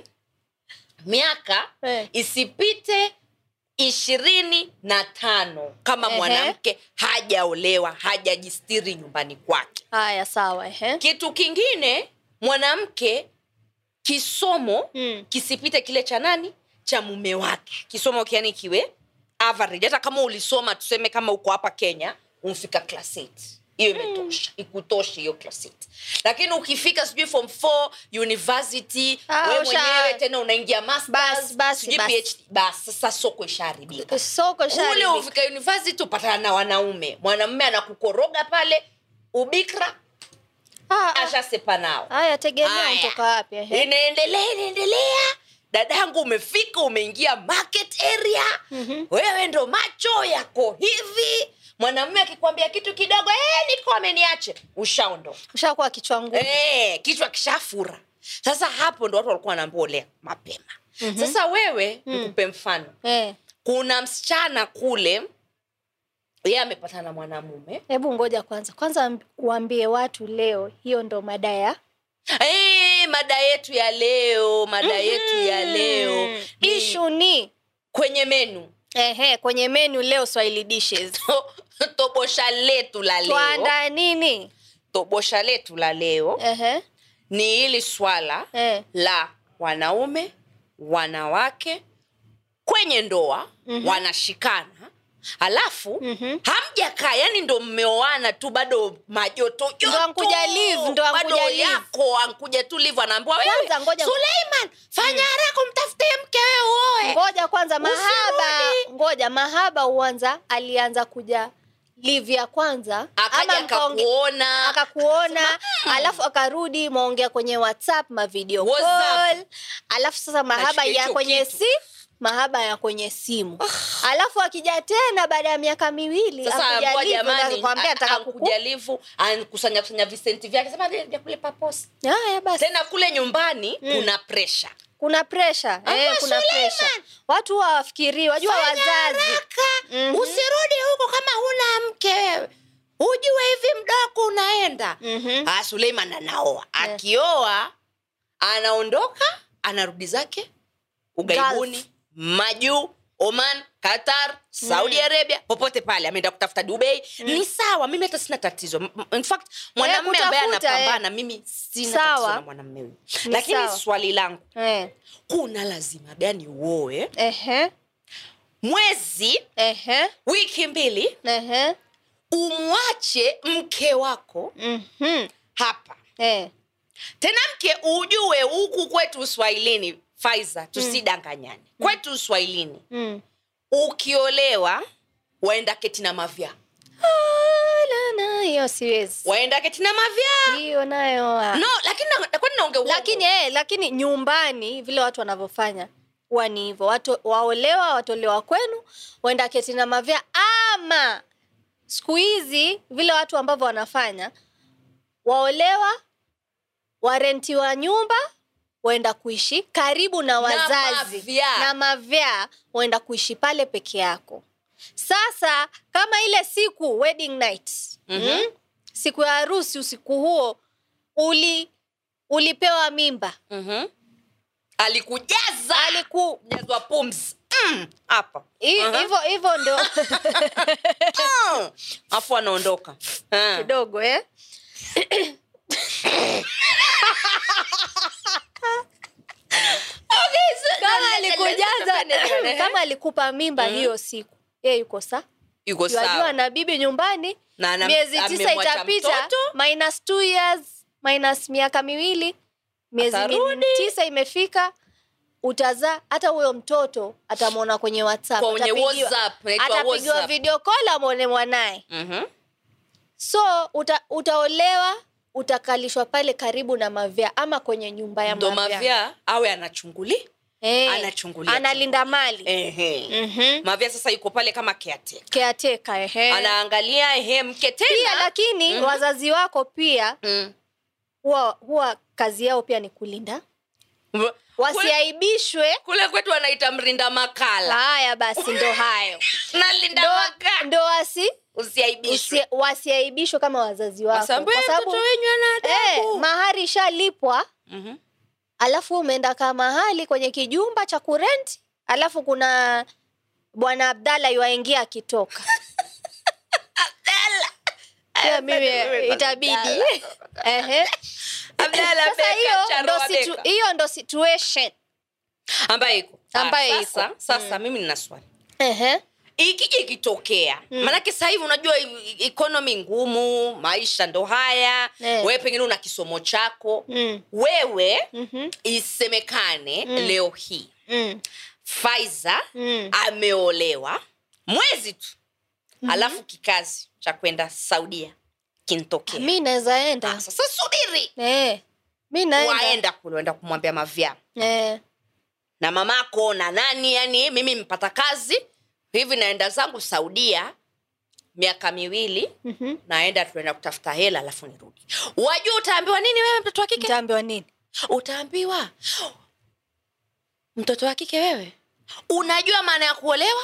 [SPEAKER 2] miaka
[SPEAKER 1] Eh.
[SPEAKER 2] isipite ishirini na tano kama
[SPEAKER 1] Ehe.
[SPEAKER 2] mwanamke hajaolewa hajajistiri nyumbani kwake
[SPEAKER 1] haya sawa ehe.
[SPEAKER 2] kitu kingine mwanamke kisomo
[SPEAKER 1] Mm.
[SPEAKER 2] kisipite kile cha nani cha mume wake kisomo kiani kiwe average hata kama ulisoma tuseme kama uko hapa kenya umfika class 8 hiyo
[SPEAKER 1] Hmm.
[SPEAKER 2] imetosha ikutoshe hiyo class 8 lakini ukifika sijui form 4 university
[SPEAKER 1] Ah,
[SPEAKER 2] wewe
[SPEAKER 1] usha-
[SPEAKER 2] mwenyewe tena unaingia masters
[SPEAKER 1] Bas, bas,
[SPEAKER 2] sijui
[SPEAKER 1] bas.
[SPEAKER 2] phd bas sasa soko ishaharibika
[SPEAKER 1] soko
[SPEAKER 2] kule
[SPEAKER 1] shaharibika.
[SPEAKER 2] ufika university upatana na wanaume mwanamume anakukoroga pale ubikra
[SPEAKER 1] Ah, ah.
[SPEAKER 2] ashasepa nao
[SPEAKER 1] haya tegemea
[SPEAKER 2] Haya.
[SPEAKER 1] ntoka wapi ehe.
[SPEAKER 2] inaendelea inaendelea dadangu umefika umeingia market area
[SPEAKER 1] Mhm.
[SPEAKER 2] wewe ndo macho yako hivi mwanamume akikwambia kitu kidogo "Eh, niko ameniache ushaondo
[SPEAKER 1] ushakuwa kichwa ngumu
[SPEAKER 2] e, kichwa kishafura sasa hapo ndo watu walikuwa wanaambia olea mapema
[SPEAKER 1] Mhm.
[SPEAKER 2] mm-hmm. sasa wewe mm. nikupe mfano
[SPEAKER 1] Eh,
[SPEAKER 2] kuna msichana kule yeye amepatana na mwanamume
[SPEAKER 1] hebu ngoja kwanza kwanza amb- waambie watu leo hiyo ndo mada ya
[SPEAKER 2] e, mada yetu ya leo mada
[SPEAKER 1] Mhm.
[SPEAKER 2] yetu ya leo
[SPEAKER 1] Mm.
[SPEAKER 2] ni
[SPEAKER 1] Mm-hmm. ishu ni
[SPEAKER 2] kwenye menu
[SPEAKER 1] ehe, kwenye menu leo swahili dishes
[SPEAKER 2] To- tobosha letu la leo
[SPEAKER 1] twaandaa nini
[SPEAKER 2] tobosha letu la leo
[SPEAKER 1] ehe,
[SPEAKER 2] ni hili swala
[SPEAKER 1] eh,
[SPEAKER 2] la wanaume wanawake kwenye ndoa
[SPEAKER 1] Mhm.
[SPEAKER 2] wanashikana alafu
[SPEAKER 1] Mhm.
[SPEAKER 2] hamjakaa yani ndo mmeoana tu bado majoto
[SPEAKER 1] Ndo ankuja live, ndo ankuja live.
[SPEAKER 2] yako ankuja tu live anaambiwa
[SPEAKER 1] Kwanza
[SPEAKER 2] wewe
[SPEAKER 1] ngoja- Mm.
[SPEAKER 2] Suleiman fanya haraka umtafutie mke wewe uoe
[SPEAKER 1] ngoja kwanza mahaba
[SPEAKER 2] Usirudi.
[SPEAKER 1] ngoja mahaba uanza alianza kuja live ya kwanza
[SPEAKER 2] akaja
[SPEAKER 1] mkaonge-
[SPEAKER 2] akakuona "Hmm."
[SPEAKER 1] akakuona alafu akarudi mwaongea kwenye whatsapp mavideo
[SPEAKER 2] WhatsApp.
[SPEAKER 1] call alafu sasa mahaba
[SPEAKER 2] Nashika
[SPEAKER 1] ya
[SPEAKER 2] hicho
[SPEAKER 1] kwenye
[SPEAKER 2] kitu. Ah.
[SPEAKER 1] si mahaba ya kwenye simu alafu akija tena baada ya miaka miwili
[SPEAKER 2] sasa amboa
[SPEAKER 1] yaani
[SPEAKER 2] jamani
[SPEAKER 1] kwambia nataka kuku-
[SPEAKER 2] kujalivu kusanya kusanya visenti vyake sema "Ndio, ndio kule paposi
[SPEAKER 1] haya basi
[SPEAKER 2] tena kule nyumbani
[SPEAKER 1] Mm.
[SPEAKER 2] kuna presha
[SPEAKER 1] kuna presha eh,
[SPEAKER 2] Amboa
[SPEAKER 1] kuna
[SPEAKER 2] Suleiman.
[SPEAKER 1] presha watu huwa hawafikirii wajua wazazi Mhm.
[SPEAKER 2] usirudi huko kama huna mke wewe ujue hivi mdogo unaenda
[SPEAKER 1] Mhm.
[SPEAKER 2] ah, suleiman anaoa akioa anaondoka anarudi zake
[SPEAKER 1] Gulf.
[SPEAKER 2] ugaibuni majuu oman qatar saudi
[SPEAKER 1] Mm.
[SPEAKER 2] arabia popote pale ameenda kutafuta dubei ni sawa mimi hata sina tatizo M- m- in fact mwanamme ambaye
[SPEAKER 1] kutafuta, eh.
[SPEAKER 2] anapambana mimi sina
[SPEAKER 1] Sawa.
[SPEAKER 2] tatizo na mwanamme huyo
[SPEAKER 1] Ni
[SPEAKER 2] lakini
[SPEAKER 1] sawa.
[SPEAKER 2] swali langu
[SPEAKER 1] eh,
[SPEAKER 2] kuna lazima gani uoe
[SPEAKER 1] ehe,
[SPEAKER 2] mwezi
[SPEAKER 1] ehe,
[SPEAKER 2] wiki mbili
[SPEAKER 1] ehe,
[SPEAKER 2] umwache mke wako
[SPEAKER 1] mhm,
[SPEAKER 2] hapa
[SPEAKER 1] eh,
[SPEAKER 2] tena mke ujue huku kwetu uswahilini faiza
[SPEAKER 1] Hmm.
[SPEAKER 2] tusidanganyane kwetu uswahilini
[SPEAKER 1] mm.
[SPEAKER 2] ukiolewa waenda keti na mavya
[SPEAKER 1] Ah, la, la, hiyo siwezi
[SPEAKER 2] waenda keti na mavya
[SPEAKER 1] hiyo nayo ah.
[SPEAKER 2] no lakini nakwani naonge uongo?
[SPEAKER 1] lakini eh, lakini nyumbani vile watu wanavyofanya huwa ni hivyo Watu- waolewa watolewa kwenu waenda keti na mavya ama siku hizi vile watu ambavyo wanafanya waolewa warentiwa nyumba waenda kuishi karibu na wazazi
[SPEAKER 2] mavyaa.
[SPEAKER 1] na mavyaa waenda kuishi pale peke yako sasa kama ile siku wedding night
[SPEAKER 2] Mhm.
[SPEAKER 1] mm? siku ya harusi usiku huo uli ulipewa mimba
[SPEAKER 2] Mhm. alikujaza
[SPEAKER 1] aliku
[SPEAKER 2] jazwa pumzi Mm, hapa
[SPEAKER 1] hi-
[SPEAKER 2] Aha.
[SPEAKER 1] hivyo hivyo ndio
[SPEAKER 2] Mm. afu anaondoka Eh.
[SPEAKER 1] kidogo eh? kama alikujaza kama alikupa mimba
[SPEAKER 2] eh? Mhm.
[SPEAKER 1] hiyo siku ye yuko saa
[SPEAKER 2] yuko
[SPEAKER 1] wajua
[SPEAKER 2] sawa
[SPEAKER 1] na bibi nyumbani
[SPEAKER 2] Na ana-
[SPEAKER 1] miezi tisa
[SPEAKER 2] amemwacha
[SPEAKER 1] itapita
[SPEAKER 2] mtoto.
[SPEAKER 1] minus two years minus miaka miwili miezi mi-
[SPEAKER 2] Atarudi.
[SPEAKER 1] tisa imefika utazaa hata huyo mtoto atamwona kwenye whatsapp
[SPEAKER 2] kwenye
[SPEAKER 1] atapigiwa-
[SPEAKER 2] WhatsApp, inaitwa
[SPEAKER 1] atapigiwa
[SPEAKER 2] WhatsApp.
[SPEAKER 1] video call amwone mwanaye
[SPEAKER 2] Mhm.
[SPEAKER 1] so uta, utaolewa utakalishwa pale karibu na mavya ama kwenye nyumba ya
[SPEAKER 2] ndo
[SPEAKER 1] mavya
[SPEAKER 2] mavya awe anachunguli
[SPEAKER 1] Eh,
[SPEAKER 2] anachungulia Eh.
[SPEAKER 1] analinda mali
[SPEAKER 2] Ehe.
[SPEAKER 1] Mhm.
[SPEAKER 2] mavya sasa yuko pale kama keate
[SPEAKER 1] caretaker, ehe.
[SPEAKER 2] anaangalia ehe mke
[SPEAKER 1] pia
[SPEAKER 2] tena
[SPEAKER 1] lakini
[SPEAKER 2] Mhm.
[SPEAKER 1] wazazi wako pia
[SPEAKER 2] Mm.
[SPEAKER 1] huwa huwa kazi yao pia ni kulinda wasiaibishwe
[SPEAKER 2] kule kwetu anaita mrinda makala
[SPEAKER 1] haya basi ndo hayo
[SPEAKER 2] nalinda
[SPEAKER 1] ndo,
[SPEAKER 2] makala
[SPEAKER 1] ndo wasi,
[SPEAKER 2] usiaibishwe
[SPEAKER 1] usi- wasiaibishwe kama wazazi
[SPEAKER 2] kwa
[SPEAKER 1] wako
[SPEAKER 2] sababu eh, mtoto wenyu ana
[SPEAKER 1] eh,
[SPEAKER 2] adabu
[SPEAKER 1] mahari ishalipwa
[SPEAKER 2] Mhm.
[SPEAKER 1] alafu umeenda kaa mahali kwenye kijumba cha kurent alafu kuna bwana abdalla yuaingia akitoka Pia mimi itabidi Ehe.
[SPEAKER 2] Abdalla
[SPEAKER 1] Sasa
[SPEAKER 2] Beka,
[SPEAKER 1] hiyo ndo
[SPEAKER 2] Charua
[SPEAKER 1] situ-
[SPEAKER 2] Beka.
[SPEAKER 1] hiyo ndo situation
[SPEAKER 2] ambaye iko
[SPEAKER 1] Ambaye
[SPEAKER 2] Ah, sasa,
[SPEAKER 1] iko. Mm.
[SPEAKER 2] sasa mimi nina swali
[SPEAKER 1] Ehe.
[SPEAKER 2] ikija ikitokea
[SPEAKER 1] Mm.
[SPEAKER 2] maanake sasa hivi unajua i- ikonomi ngumu maisha ndo haya
[SPEAKER 1] Eh.
[SPEAKER 2] wewe pengine una kisomo chako
[SPEAKER 1] Mm.
[SPEAKER 2] wewe
[SPEAKER 1] Mhm.
[SPEAKER 2] isemekane
[SPEAKER 1] Mm.
[SPEAKER 2] leo hii
[SPEAKER 1] Mm.
[SPEAKER 2] Faiza
[SPEAKER 1] Mm.
[SPEAKER 2] ameolewa mwezi tu
[SPEAKER 1] Mm-hmm.
[SPEAKER 2] alafu kikazi cha kwenda saudia kintokea
[SPEAKER 1] mi naweza
[SPEAKER 2] Ah,
[SPEAKER 1] enda
[SPEAKER 2] sasa subiri
[SPEAKER 1] Eh, mi naenda
[SPEAKER 2] waenda kule waenda kumwambia mavyaa
[SPEAKER 1] Eh,
[SPEAKER 2] na mamako na nani yani mimi mpata kazi hivi naenda zangu saudia miaka miwili
[SPEAKER 1] mhm.
[SPEAKER 2] naenda tunaenda kutafuta hela alafu nirudi wajua utaambiwa nini wewe mtoto wa kike
[SPEAKER 1] nitaambiwa nini
[SPEAKER 2] utaambiwa mtoto wa kike wewe unajua maana ya kuolewa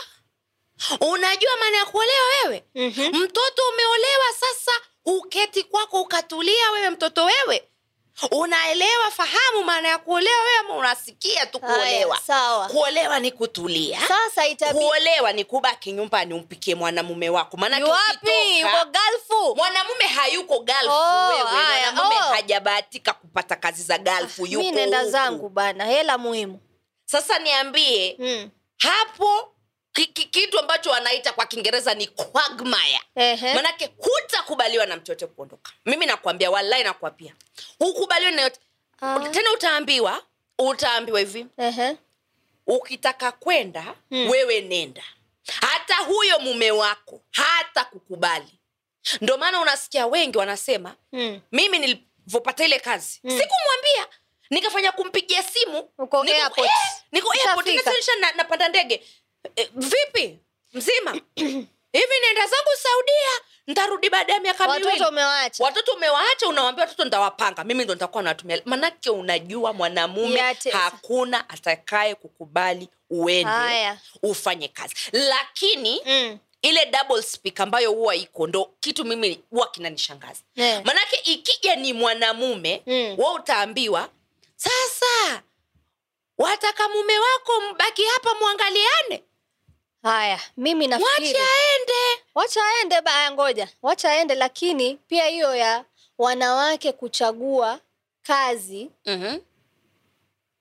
[SPEAKER 2] unajua maana ya kuolewa wewe
[SPEAKER 1] Mhm.
[SPEAKER 2] mtoto umeolewa sasa uketi kwako ukatulia wewe mtoto wewe unaelewa fahamu maana ya kuolewa wewe ama unasikia tu kuolewa
[SPEAKER 1] Haya, sawa
[SPEAKER 2] kuolewa ni kutulia
[SPEAKER 1] sasa itabidi
[SPEAKER 2] kuolewa ni kubaki nyumbani umpikie mwanamume wako maanake
[SPEAKER 1] wapi
[SPEAKER 2] ukitoka-
[SPEAKER 1] uko galfu
[SPEAKER 2] mwanamume hayuko galfu
[SPEAKER 1] Oh,
[SPEAKER 2] wewe
[SPEAKER 1] haya,
[SPEAKER 2] mwanamume
[SPEAKER 1] oh.
[SPEAKER 2] hajabahatika kupata kazi za galfu yuko
[SPEAKER 1] mi naenda
[SPEAKER 2] huku.
[SPEAKER 1] zangu bana hela muhimu
[SPEAKER 2] sasa niambie
[SPEAKER 1] mm.
[SPEAKER 2] hapo ki- ki- kitu ambacho wanaita kwa kiingereza ni quagmire
[SPEAKER 1] Ehe.
[SPEAKER 2] manake hutakubaliwa na mtu yote kuondoka mimi nakwambia wallahi nakwapia hukubaliwa na yote
[SPEAKER 1] Ah.
[SPEAKER 2] tena utaambiwa utaambiwa hivi
[SPEAKER 1] Ehe.
[SPEAKER 2] ukitaka kwenda
[SPEAKER 1] Hmm.
[SPEAKER 2] wewe nenda hata huyo mume wako hata kukubali ndio maana unasikia wengi wanasema
[SPEAKER 1] Mm.
[SPEAKER 2] mimi nilivyopata ile kazi
[SPEAKER 1] Mm.
[SPEAKER 2] sikumwambia nikafanya kumpigia simu
[SPEAKER 1] Uko
[SPEAKER 2] Niko-
[SPEAKER 1] airport.
[SPEAKER 2] eh, niko airport,
[SPEAKER 1] Ushafika.
[SPEAKER 2] nikasalisha na- napanda ndege Eh, vipi mzima hivi naenda zangu saudia ntarudi baada ya miaka miwili
[SPEAKER 1] watoto umewaacha
[SPEAKER 2] watoto umewaacha unawambia watoto ndawapanga mimi ndo nitakuwa nawatumia manake unajua mwanamume
[SPEAKER 1] Yate-
[SPEAKER 2] hakuna atakaye kukubali uende
[SPEAKER 1] haya
[SPEAKER 2] ufanye kazi lakini
[SPEAKER 1] Mm.
[SPEAKER 2] ile double speak ambayo huwa iko ndo kitu mimi huwa kinanishangaza
[SPEAKER 1] Eh.
[SPEAKER 2] manake ikija ni mwanamume
[SPEAKER 1] Mm.
[SPEAKER 2] wa utaambiwa sasa wataka mume wako mbaki hapa mwangaliane
[SPEAKER 1] haya mimi
[SPEAKER 2] mwache
[SPEAKER 1] nafikiri
[SPEAKER 2] aende
[SPEAKER 1] wacha aende baya ngoja wacha aende lakini pia hiyo ya wanawake kuchagua kazi
[SPEAKER 2] mm-hmm.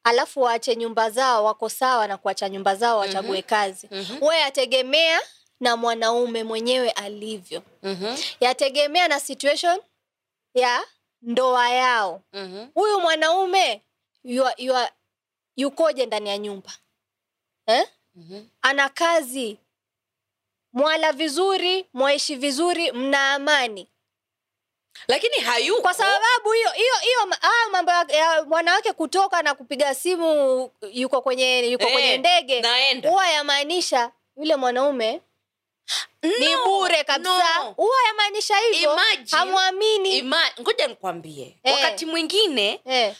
[SPEAKER 1] alafu waache nyumba zao wako sawa na kuacha nyumba zao wachague kazi
[SPEAKER 2] Mhm.
[SPEAKER 1] we yategemea na mwanaume mwenyewe alivyo
[SPEAKER 2] Mm-hmm.
[SPEAKER 1] yategemea na situation ya ndoa yao
[SPEAKER 2] Mm-hmm.
[SPEAKER 1] huyu mwanaume yua, yua, yukoje ndani ya nyumba eh?
[SPEAKER 2] Mm-hmm.
[SPEAKER 1] ana kazi mwala vizuri mwaishi vizuri mna amani
[SPEAKER 2] lakini hayuko
[SPEAKER 1] kwa sababu hiyo hiyo hiyo ma- haya mambo ya- ya wanawake kutoka na kupiga simu yuko kwenye yuko
[SPEAKER 2] Eh,
[SPEAKER 1] kwenye ndege
[SPEAKER 2] naenda
[SPEAKER 1] huwa yamaanisha yule mwanaume ni bure kabisa
[SPEAKER 2] no.
[SPEAKER 1] huwa yamaanisha hivyo
[SPEAKER 2] Imagine-
[SPEAKER 1] hamwamini
[SPEAKER 2] Ima, ngoja nikwambie
[SPEAKER 1] Eh.
[SPEAKER 2] wakati mwingine
[SPEAKER 1] Eh,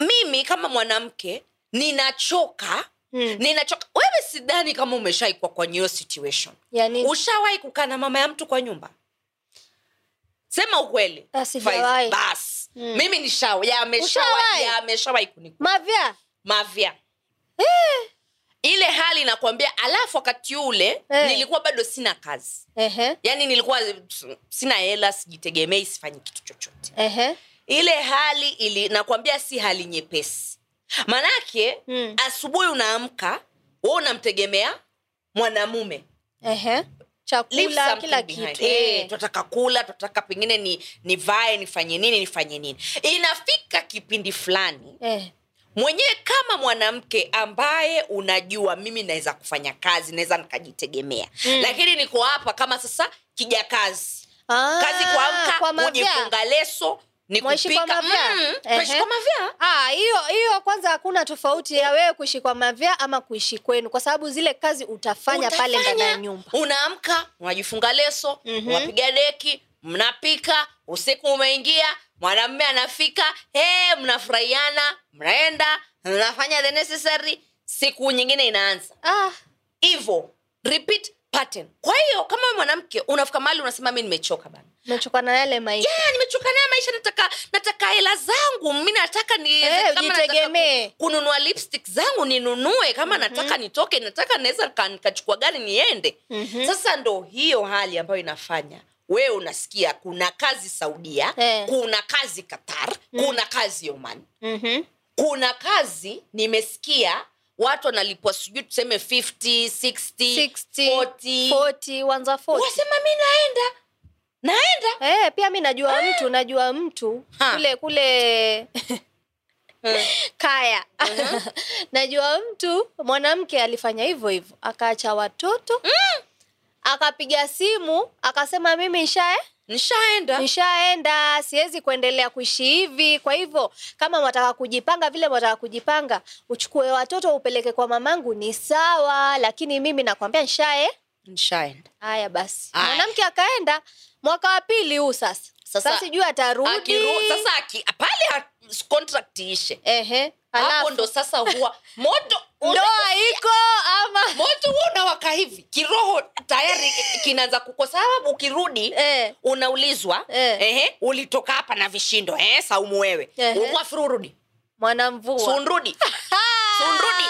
[SPEAKER 2] mimi kama mwanamke ninachoka
[SPEAKER 1] mm.
[SPEAKER 2] ninachoka wewe sidhani kama umeshaikwa kwenye hiyo situation
[SPEAKER 1] yani
[SPEAKER 2] ushawahi kukaa na mama ya mtu kwa nyumba sema ukweli
[SPEAKER 1] Ah, sijawahi.
[SPEAKER 2] Faiz, bas
[SPEAKER 1] Mm.
[SPEAKER 2] mimi nishawa- ya, ameshawahi
[SPEAKER 1] Ushawahi?
[SPEAKER 2] ya, ameshawahi kuni
[SPEAKER 1] mavya
[SPEAKER 2] mavya ile hali nakwambia alafu wakati ule
[SPEAKER 1] Eh.
[SPEAKER 2] nilikuwa bado sina kazi
[SPEAKER 1] ehe
[SPEAKER 2] yaani nilikuwa sina hela sijitegemei sifanyi kitu chochote
[SPEAKER 1] ehe
[SPEAKER 2] ile hali ili nakwambia si hali nyepesi manake
[SPEAKER 1] Mm.
[SPEAKER 2] asubuhi unaamka we unamtegemea mwanamume
[SPEAKER 1] ehe
[SPEAKER 2] Leave
[SPEAKER 1] chakula
[SPEAKER 2] something
[SPEAKER 1] kila
[SPEAKER 2] behind.
[SPEAKER 1] kitu
[SPEAKER 2] Eh,
[SPEAKER 1] eh.
[SPEAKER 2] tunataka kula tunataka pengine ni nivae nifanye nini nifanye nini inafika kipindi fulani
[SPEAKER 1] Eh,
[SPEAKER 2] mwenyewe kama mwanamke ambaye unajua mimi naweza kufanya kazi naweza nikajitegemea mm. lakini niko hapa kama sasa kijakazi
[SPEAKER 1] ah,
[SPEAKER 2] kazi
[SPEAKER 1] kwa
[SPEAKER 2] kuamka
[SPEAKER 1] mavya.
[SPEAKER 2] kujifunga leso ni
[SPEAKER 1] Mwaishi
[SPEAKER 2] kupika
[SPEAKER 1] kwa mavya?
[SPEAKER 2] Mm, twaishi
[SPEAKER 1] Ehe.
[SPEAKER 2] kwa mavya
[SPEAKER 1] Ah, hiyo hiyo kwanza hakuna tofauti ya wewe kuishi kwa mavya ama kuishi kwenu kwa sababu zile kazi utafanya, pale ndani ya
[SPEAKER 2] Utafanya,
[SPEAKER 1] nyumba
[SPEAKER 2] unaamka unajifunga leso
[SPEAKER 1] Mhm.
[SPEAKER 2] unapiga deki mnapika usiku umeingia mwanamume anafika hey, mnafurahiana mnaenda mnafanya the necessary siku nyingine inaanza
[SPEAKER 1] ah,
[SPEAKER 2] hivo repeat pattern kwa hiyo kama wewe mwanamke unafika mahali unasema mi nimechoka bana
[SPEAKER 1] umechoka na yale maisha
[SPEAKER 2] yeah, nimechoka nayo maisha nataka nataka hela zangu mi nataka ni
[SPEAKER 1] Eh,
[SPEAKER 2] kama nataka
[SPEAKER 1] ujitegemee.
[SPEAKER 2] ku- kununua lipstick zangu ninunue kama nataka nitoke nataka naweza nika- nikachukua gari niende
[SPEAKER 1] Mhm.
[SPEAKER 2] sasa ndo hiyo hali ambayo inafanya wewe unasikia kuna kazi saudia
[SPEAKER 1] Eh. Mm.
[SPEAKER 2] kuna kazi qatar kuna kazi oman
[SPEAKER 1] Mhm.
[SPEAKER 2] kuna kazi nimesikia watu wanalipwa sijui tuseme 50 60,
[SPEAKER 1] 60,
[SPEAKER 2] 40.
[SPEAKER 1] 40, wanza 40.
[SPEAKER 2] wasema mi naenda naenda
[SPEAKER 1] Eh, pia mi najua mtu najua mtu
[SPEAKER 2] Ha.
[SPEAKER 1] kule kule Eh. kaya najua mtu mwanamke alifanya hivyo hivyo akaacha watoto akapiga simu akasema mimi nishae
[SPEAKER 2] nishaenda
[SPEAKER 1] nishaenda siwezi kuendelea kuishi hivi kwa hivyo kama mwataka kujipanga vile mwataka kujipanga uchukue watoto upeleke kwa mamangu ni sawa lakini mimi nakwambia nishae
[SPEAKER 2] nishaenda
[SPEAKER 1] haya basi
[SPEAKER 2] Haya.
[SPEAKER 1] mwanamke akaenda mwaka wa pili huu sasa
[SPEAKER 2] Sasa-
[SPEAKER 1] sasa sijui atarudi
[SPEAKER 2] Akiru- sasa aki, pale ha- contract iishe
[SPEAKER 1] ehe
[SPEAKER 2] hapo
[SPEAKER 1] alafu
[SPEAKER 2] ndo sasa huwa moto
[SPEAKER 1] ndoa iko ama
[SPEAKER 2] moto huwa unawaka hivi kiroho tayari kinaanza kuko sababu ukirudi
[SPEAKER 1] eh,
[SPEAKER 2] unaulizwa
[SPEAKER 1] Eh.
[SPEAKER 2] ehe, ulitoka hapa na vishindo eh, saumu wewe
[SPEAKER 1] Ehe.
[SPEAKER 2] ulikuwa free urudi
[SPEAKER 1] mwanamvua
[SPEAKER 2] sunrudi
[SPEAKER 1] Ah!
[SPEAKER 2] sunrudi.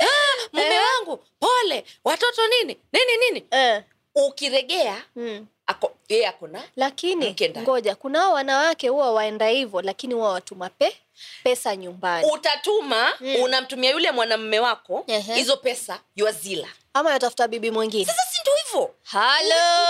[SPEAKER 2] Ah, mume
[SPEAKER 1] Eh.
[SPEAKER 2] wangu pole watoto nini nini nini
[SPEAKER 1] eh.
[SPEAKER 2] ukiregea
[SPEAKER 1] mm.
[SPEAKER 2] ako yeye akona
[SPEAKER 1] lakini
[SPEAKER 2] Mke ndani.
[SPEAKER 1] ngoja kuna hao wanawake huwa waenda hivyo lakini huwa watuma pe, pesa nyumbani
[SPEAKER 2] utatuma
[SPEAKER 1] Mm.
[SPEAKER 2] unamtumia yule mwanamume wako
[SPEAKER 1] Ehe.
[SPEAKER 2] hizo pesa yuazila
[SPEAKER 1] ama yatafuta bibi mwingine
[SPEAKER 2] sasa si ndio hivyo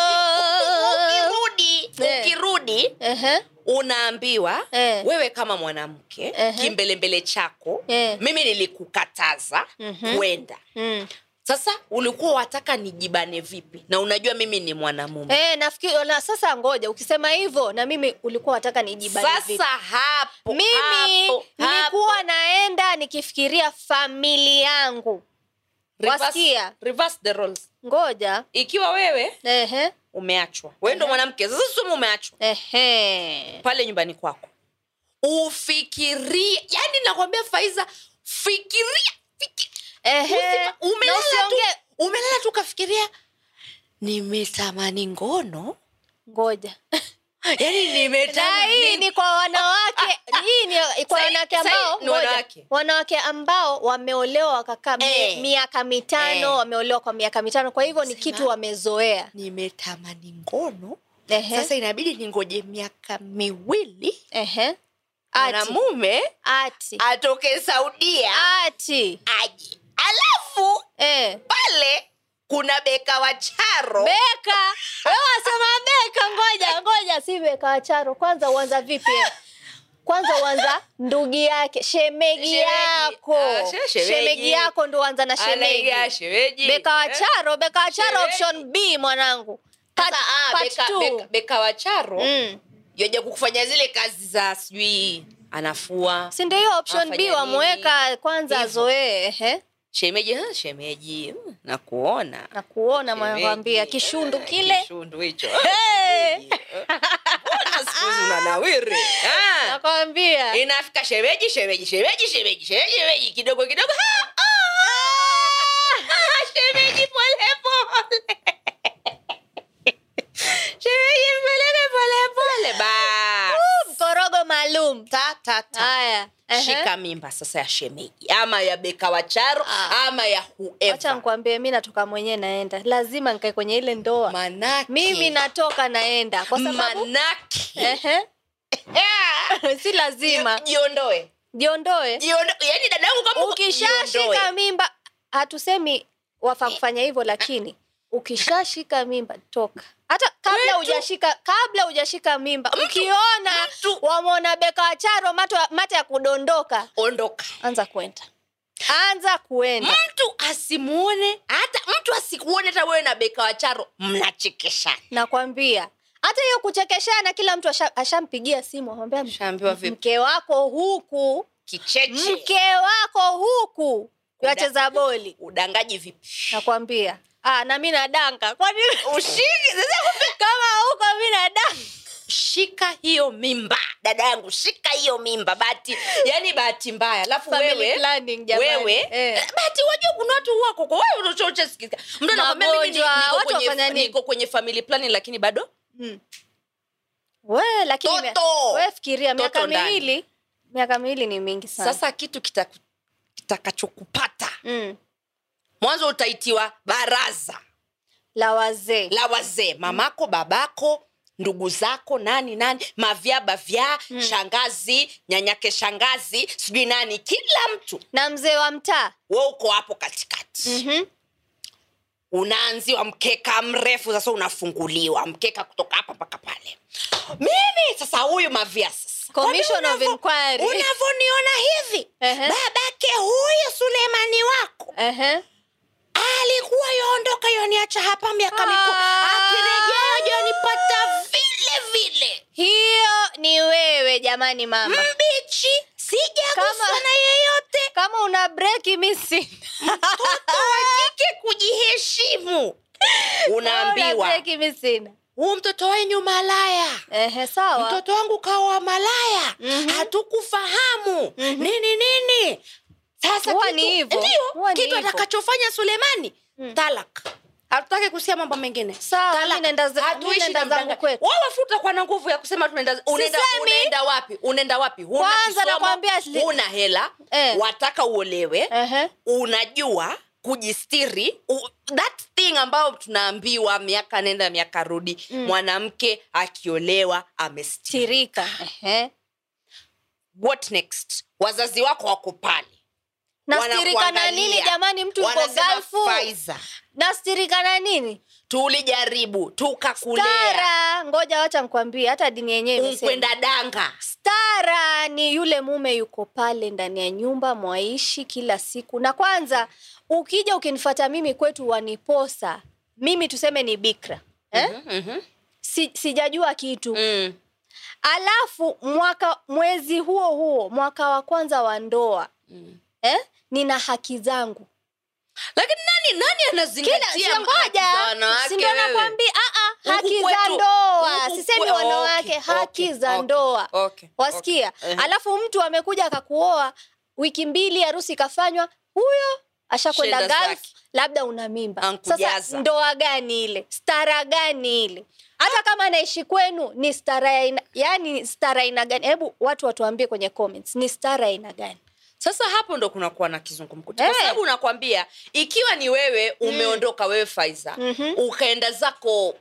[SPEAKER 1] halo
[SPEAKER 2] ukirudi
[SPEAKER 1] Eh.
[SPEAKER 2] ukirudi
[SPEAKER 1] Ehe,
[SPEAKER 2] unaambiwa
[SPEAKER 1] Eh.
[SPEAKER 2] wewe kama mwanamke
[SPEAKER 1] Ehe.
[SPEAKER 2] kimbelembele chako
[SPEAKER 1] Eh.
[SPEAKER 2] mimi nilikukataza
[SPEAKER 1] Mhm.
[SPEAKER 2] kwenda
[SPEAKER 1] mm.
[SPEAKER 2] sasa ulikuwa wataka nijibane vipi na unajua mimi ni mwanamume
[SPEAKER 1] Eh, nafikiri na sasa ngoja ukisema hivyo na mimi ulikuwa wataka nijibali vipi?
[SPEAKER 2] sasa hapo
[SPEAKER 1] mimi
[SPEAKER 2] hapo, hapo.
[SPEAKER 1] nilikuwa naenda nikifikiria famili yangu
[SPEAKER 2] Reverse-
[SPEAKER 1] wasikia?
[SPEAKER 2] reverse the roles
[SPEAKER 1] ngoja
[SPEAKER 2] ikiwa wewe
[SPEAKER 1] ehe,
[SPEAKER 2] umeachwa wewe ndo mwanamke sasa sema umeachwa
[SPEAKER 1] ehe.
[SPEAKER 2] pale nyumbani kwako ufikirie yani nakwambia faiza fikiria fiki-
[SPEAKER 1] Ehe.
[SPEAKER 2] Usima- umelala
[SPEAKER 1] Eh, Na usiongee-
[SPEAKER 2] tu- umelala tu ukafikiria nimetamani ngono Yaani
[SPEAKER 1] ngoja
[SPEAKER 2] yani
[SPEAKER 1] na hii ni kwa wanawake
[SPEAKER 2] Ah,
[SPEAKER 1] hii ni kwa
[SPEAKER 2] Sahi-
[SPEAKER 1] wanawake
[SPEAKER 2] sahi
[SPEAKER 1] ambao
[SPEAKER 2] ni
[SPEAKER 1] ngoja.
[SPEAKER 2] wanawake.
[SPEAKER 1] wanawake ambao wameolewa wakakaa mi-
[SPEAKER 2] Eh.
[SPEAKER 1] miaka mitano
[SPEAKER 2] Eh.
[SPEAKER 1] wameolewa kwa miaka mitano kwa hivyo ni
[SPEAKER 2] Sema.
[SPEAKER 1] kitu wamezoea
[SPEAKER 2] nimetamani ngono
[SPEAKER 1] Ehe,
[SPEAKER 2] sasa inabidi ningoje miaka miwili
[SPEAKER 1] ehe. ati
[SPEAKER 2] mwanamume
[SPEAKER 1] ati
[SPEAKER 2] atoke saudia
[SPEAKER 1] ati
[SPEAKER 2] aje alafu
[SPEAKER 1] eh.
[SPEAKER 2] pale kuna beka wacharo
[SPEAKER 1] beka wewe wasema beka ngoja ngoja si beka wacharo kwanza uanza vipi eh? kwanza uanza ndugu yake shemegi
[SPEAKER 2] Shemeji.
[SPEAKER 1] yako
[SPEAKER 2] Ah, she- shemeji.
[SPEAKER 1] shemegi yako ndo uanza na shemegi
[SPEAKER 2] Anaingia shemeji.
[SPEAKER 1] beka
[SPEAKER 2] Eh?
[SPEAKER 1] wacharo beka wacharo
[SPEAKER 2] Shemeji.
[SPEAKER 1] option b mwanangu part,
[SPEAKER 2] Sasa, ah,
[SPEAKER 1] part
[SPEAKER 2] beka-
[SPEAKER 1] two.
[SPEAKER 2] beka- beka wacharo
[SPEAKER 1] Mm.
[SPEAKER 2] yaja kukufanya zile kazi za sijui anafua
[SPEAKER 1] si ndio hiyo option
[SPEAKER 2] Anafanya
[SPEAKER 1] b
[SPEAKER 2] nini?
[SPEAKER 1] wamweka kwanza
[SPEAKER 2] Hivyo.
[SPEAKER 1] azoee ehe.
[SPEAKER 2] shemeji "Ah, shemeji mm, nakuona
[SPEAKER 1] na kuona
[SPEAKER 2] Shemeji,
[SPEAKER 1] mwambia
[SPEAKER 2] eh,
[SPEAKER 1] kishundu kile
[SPEAKER 2] kishundu hicho Ah, shemeji, eh. Mbona siku hizi unanawiri Ah.
[SPEAKER 1] nakwambia
[SPEAKER 2] inafika shemeji shemeji shemeji shemeji shemeji shemeji kidogo kidogo "Ah, ah, ah, shemeji pole pole shemeji mpeleke pole pole basi
[SPEAKER 1] mkorogo maalum
[SPEAKER 2] Ta, ta, ta.
[SPEAKER 1] haya ehe.
[SPEAKER 2] shika mimba sasa ya shemeji ama ya beka wacharo
[SPEAKER 1] Ah.
[SPEAKER 2] ama ya
[SPEAKER 1] wacha
[SPEAKER 2] whoever.
[SPEAKER 1] nkwambie mi natoka mwenyewe naenda lazima nkae kwenye ile ndoa
[SPEAKER 2] manake
[SPEAKER 1] mimi natoka naenda kwa sababu Eh.
[SPEAKER 2] manake
[SPEAKER 1] ehe, si lazima
[SPEAKER 2] Eh. jiondoe
[SPEAKER 1] jiondoe
[SPEAKER 2] Jiondo- yaani dada yangu kama jiondoe.
[SPEAKER 1] ukishashika mimba hatusemi wafaa kufanya hivyo lakini ukishashika mimba toka hata kabla
[SPEAKER 2] Kwetu.
[SPEAKER 1] ujashika kabla hujashika mimba ukiona
[SPEAKER 2] mtu.
[SPEAKER 1] wamwona beka wacharo mata, mata ya kudondoka
[SPEAKER 2] ondoka
[SPEAKER 1] anza kwenda anza kuenda
[SPEAKER 2] mtu asimuone hata mtu asikuone hata wewe na beka wacharo mnachekeshana
[SPEAKER 1] nakwambia hata hiyo kuchekeshana kila mtu asha- ashampigia simu amwambia
[SPEAKER 2] Ashaambiwa vipi?
[SPEAKER 1] mke wako huku
[SPEAKER 2] kicheche
[SPEAKER 1] mke wako huku
[SPEAKER 2] Kuda-
[SPEAKER 1] wacheza boli
[SPEAKER 2] udangaji vipi
[SPEAKER 1] nakwambia ah, na mi nadanga kwani
[SPEAKER 2] ushiki sasa kumbe-
[SPEAKER 1] kama huko mi nadanga
[SPEAKER 2] shika hiyo mimba dada yangu shika hiyo mimba bahati yani bahati mbaya alafu
[SPEAKER 1] Family
[SPEAKER 2] wewe
[SPEAKER 1] planning, jamani.
[SPEAKER 2] wewe
[SPEAKER 1] Eh.
[SPEAKER 2] bahati wajua kuna watu huwa koko wewe unachoche sikika mtu anakwambia mimi ni-
[SPEAKER 1] Magonjwa,
[SPEAKER 2] niko
[SPEAKER 1] watu
[SPEAKER 2] kwenye,
[SPEAKER 1] wafanya nini?
[SPEAKER 2] niko kwenye family planning lakini bado
[SPEAKER 1] Mm. we lakini mia-
[SPEAKER 2] Toto!
[SPEAKER 1] we fikiria
[SPEAKER 2] Toto
[SPEAKER 1] miaka
[SPEAKER 2] ndani.
[SPEAKER 1] miwili miaka miwili ni mingi sana
[SPEAKER 2] sasa kitu kita- kitakachokupata
[SPEAKER 1] mm.
[SPEAKER 2] mwanzo utaitiwa baraza
[SPEAKER 1] la wazee
[SPEAKER 2] la wazee
[SPEAKER 1] Mm.
[SPEAKER 2] mamako babako ndugu zako nani nani mavyaba vya mm. shangazi nyanyake shangazi sijui nani kila mtu
[SPEAKER 1] na mzee wa mtaa
[SPEAKER 2] we uko hapo katikati
[SPEAKER 1] Mhm.
[SPEAKER 2] unaanziwa mkeka mrefu sasa unafunguliwa mkeka kutoka hapa mpaka pale mimi sasa huyu mavia sasa
[SPEAKER 1] Commission
[SPEAKER 2] Kwani
[SPEAKER 1] of
[SPEAKER 2] unavo-
[SPEAKER 1] inquiry.
[SPEAKER 2] unavoniona hivi
[SPEAKER 1] Ehe.
[SPEAKER 2] babake huyu sulemani wako
[SPEAKER 1] Ehe.
[SPEAKER 2] alikuwa yoondoka yoniacha hapa miaka mikuu
[SPEAKER 1] Ah.
[SPEAKER 2] akirejea yonipata vile vile
[SPEAKER 1] hiyo ni wewe jamani mama
[SPEAKER 2] mbichi sijaguswa
[SPEAKER 1] Kama-
[SPEAKER 2] na yeyote
[SPEAKER 1] kama una breki mi sina
[SPEAKER 2] mtoto wa kike kujiheshimu
[SPEAKER 1] Una
[SPEAKER 2] unaambiwa
[SPEAKER 1] breki mi sina
[SPEAKER 2] huu mtoto wenyu malaya
[SPEAKER 1] Ehe, sawa
[SPEAKER 2] mtoto wangu kawa malaya
[SPEAKER 1] Mhm.
[SPEAKER 2] hatukufahamu
[SPEAKER 1] Mhm.
[SPEAKER 2] nini nini sasa
[SPEAKER 1] Huwa
[SPEAKER 2] kitu-
[SPEAKER 1] ni hivyo.
[SPEAKER 2] ndio
[SPEAKER 1] Huwa ni
[SPEAKER 2] kitu
[SPEAKER 1] hivyo.
[SPEAKER 2] atakachofanya sulemani
[SPEAKER 1] Mm.
[SPEAKER 2] talak hatutaki kusikia mambo mengine
[SPEAKER 1] Sawa, mi
[SPEAKER 2] Talaka.
[SPEAKER 1] naenda za- mi
[SPEAKER 2] Hatuishi
[SPEAKER 1] naenda
[SPEAKER 2] na
[SPEAKER 1] zangu
[SPEAKER 2] mdanga-
[SPEAKER 1] kwetu.
[SPEAKER 2] Wewe wafuta kwa na nguvu ya kusema tunaenda unaenda,
[SPEAKER 1] Sisemi.
[SPEAKER 2] unaenda wapi unaenda wapi huna
[SPEAKER 1] Kwanza nakwambia
[SPEAKER 2] kisomo
[SPEAKER 1] si-
[SPEAKER 2] huna hela
[SPEAKER 1] Eh.
[SPEAKER 2] wataka uolewe
[SPEAKER 1] Ehe.
[SPEAKER 2] unajua kujistiri u, that thing ambayo tunaambiwa miaka nenda miaka rudi mm. mwanamke akiolewa amestiri
[SPEAKER 1] tirika Ehe.
[SPEAKER 2] what next wazazi wako wako pale
[SPEAKER 1] nastirika na
[SPEAKER 2] Wanakuangalia.
[SPEAKER 1] nini jamani mtu yuko
[SPEAKER 2] Wanasema,
[SPEAKER 1] galfu
[SPEAKER 2] "Faiza,
[SPEAKER 1] nastirika na nini
[SPEAKER 2] tulijaribu tukakulea
[SPEAKER 1] stara ngoja wacha nkwambie hata dini yenyewe imesema.
[SPEAKER 2] unkwenda danga
[SPEAKER 1] stara ni yule mume yuko pale ndani ya nyumba mwaishi kila siku na kwanza ukija ukinifata mimi kwetu waniposa mimi tuseme ni bikra eh?
[SPEAKER 2] Mhm, mhm.
[SPEAKER 1] si, sijajua kitu
[SPEAKER 2] Mm.
[SPEAKER 1] alafu mwaka mwezi huo huo mwaka wa kwanza wa ndoa
[SPEAKER 2] Mm.
[SPEAKER 1] eh? nina haki zangu
[SPEAKER 2] lakini nani nani
[SPEAKER 1] kila
[SPEAKER 2] anazingatia haki za
[SPEAKER 1] singoja
[SPEAKER 2] wanawake
[SPEAKER 1] sindo
[SPEAKER 2] wewe?
[SPEAKER 1] nakwambia "Ah, ah,
[SPEAKER 2] Huku
[SPEAKER 1] haki za
[SPEAKER 2] kwetu-
[SPEAKER 1] ndoa
[SPEAKER 2] huku
[SPEAKER 1] sisemi
[SPEAKER 2] kwe- okay,
[SPEAKER 1] wanawake haki
[SPEAKER 2] okay,
[SPEAKER 1] za
[SPEAKER 2] okay,
[SPEAKER 1] ndoa
[SPEAKER 2] okay,
[SPEAKER 1] wasikia
[SPEAKER 2] okay. Ehe.
[SPEAKER 1] alafu mtu amekuja akakuoa wiki mbili harusi ikafanywa huyo ashakwenda
[SPEAKER 2] Shenda
[SPEAKER 1] gulf
[SPEAKER 2] zake.
[SPEAKER 1] labda una mimba
[SPEAKER 2] Ankujaza.
[SPEAKER 1] sasa ndoa gani ile stara gani ile hata kama anaishi kwenu ni stara ya aina- yani stara aina gani hebu watu watuambie kwenye comments ni stara aina gani
[SPEAKER 2] sasa hapo ndo kunakuwa na kizungumkuti kwa
[SPEAKER 1] Eh. Mm.
[SPEAKER 2] sababu nakwambia ikiwa ni wewe umeondoka wewe faiza
[SPEAKER 1] Mhm.
[SPEAKER 2] ukaenda zako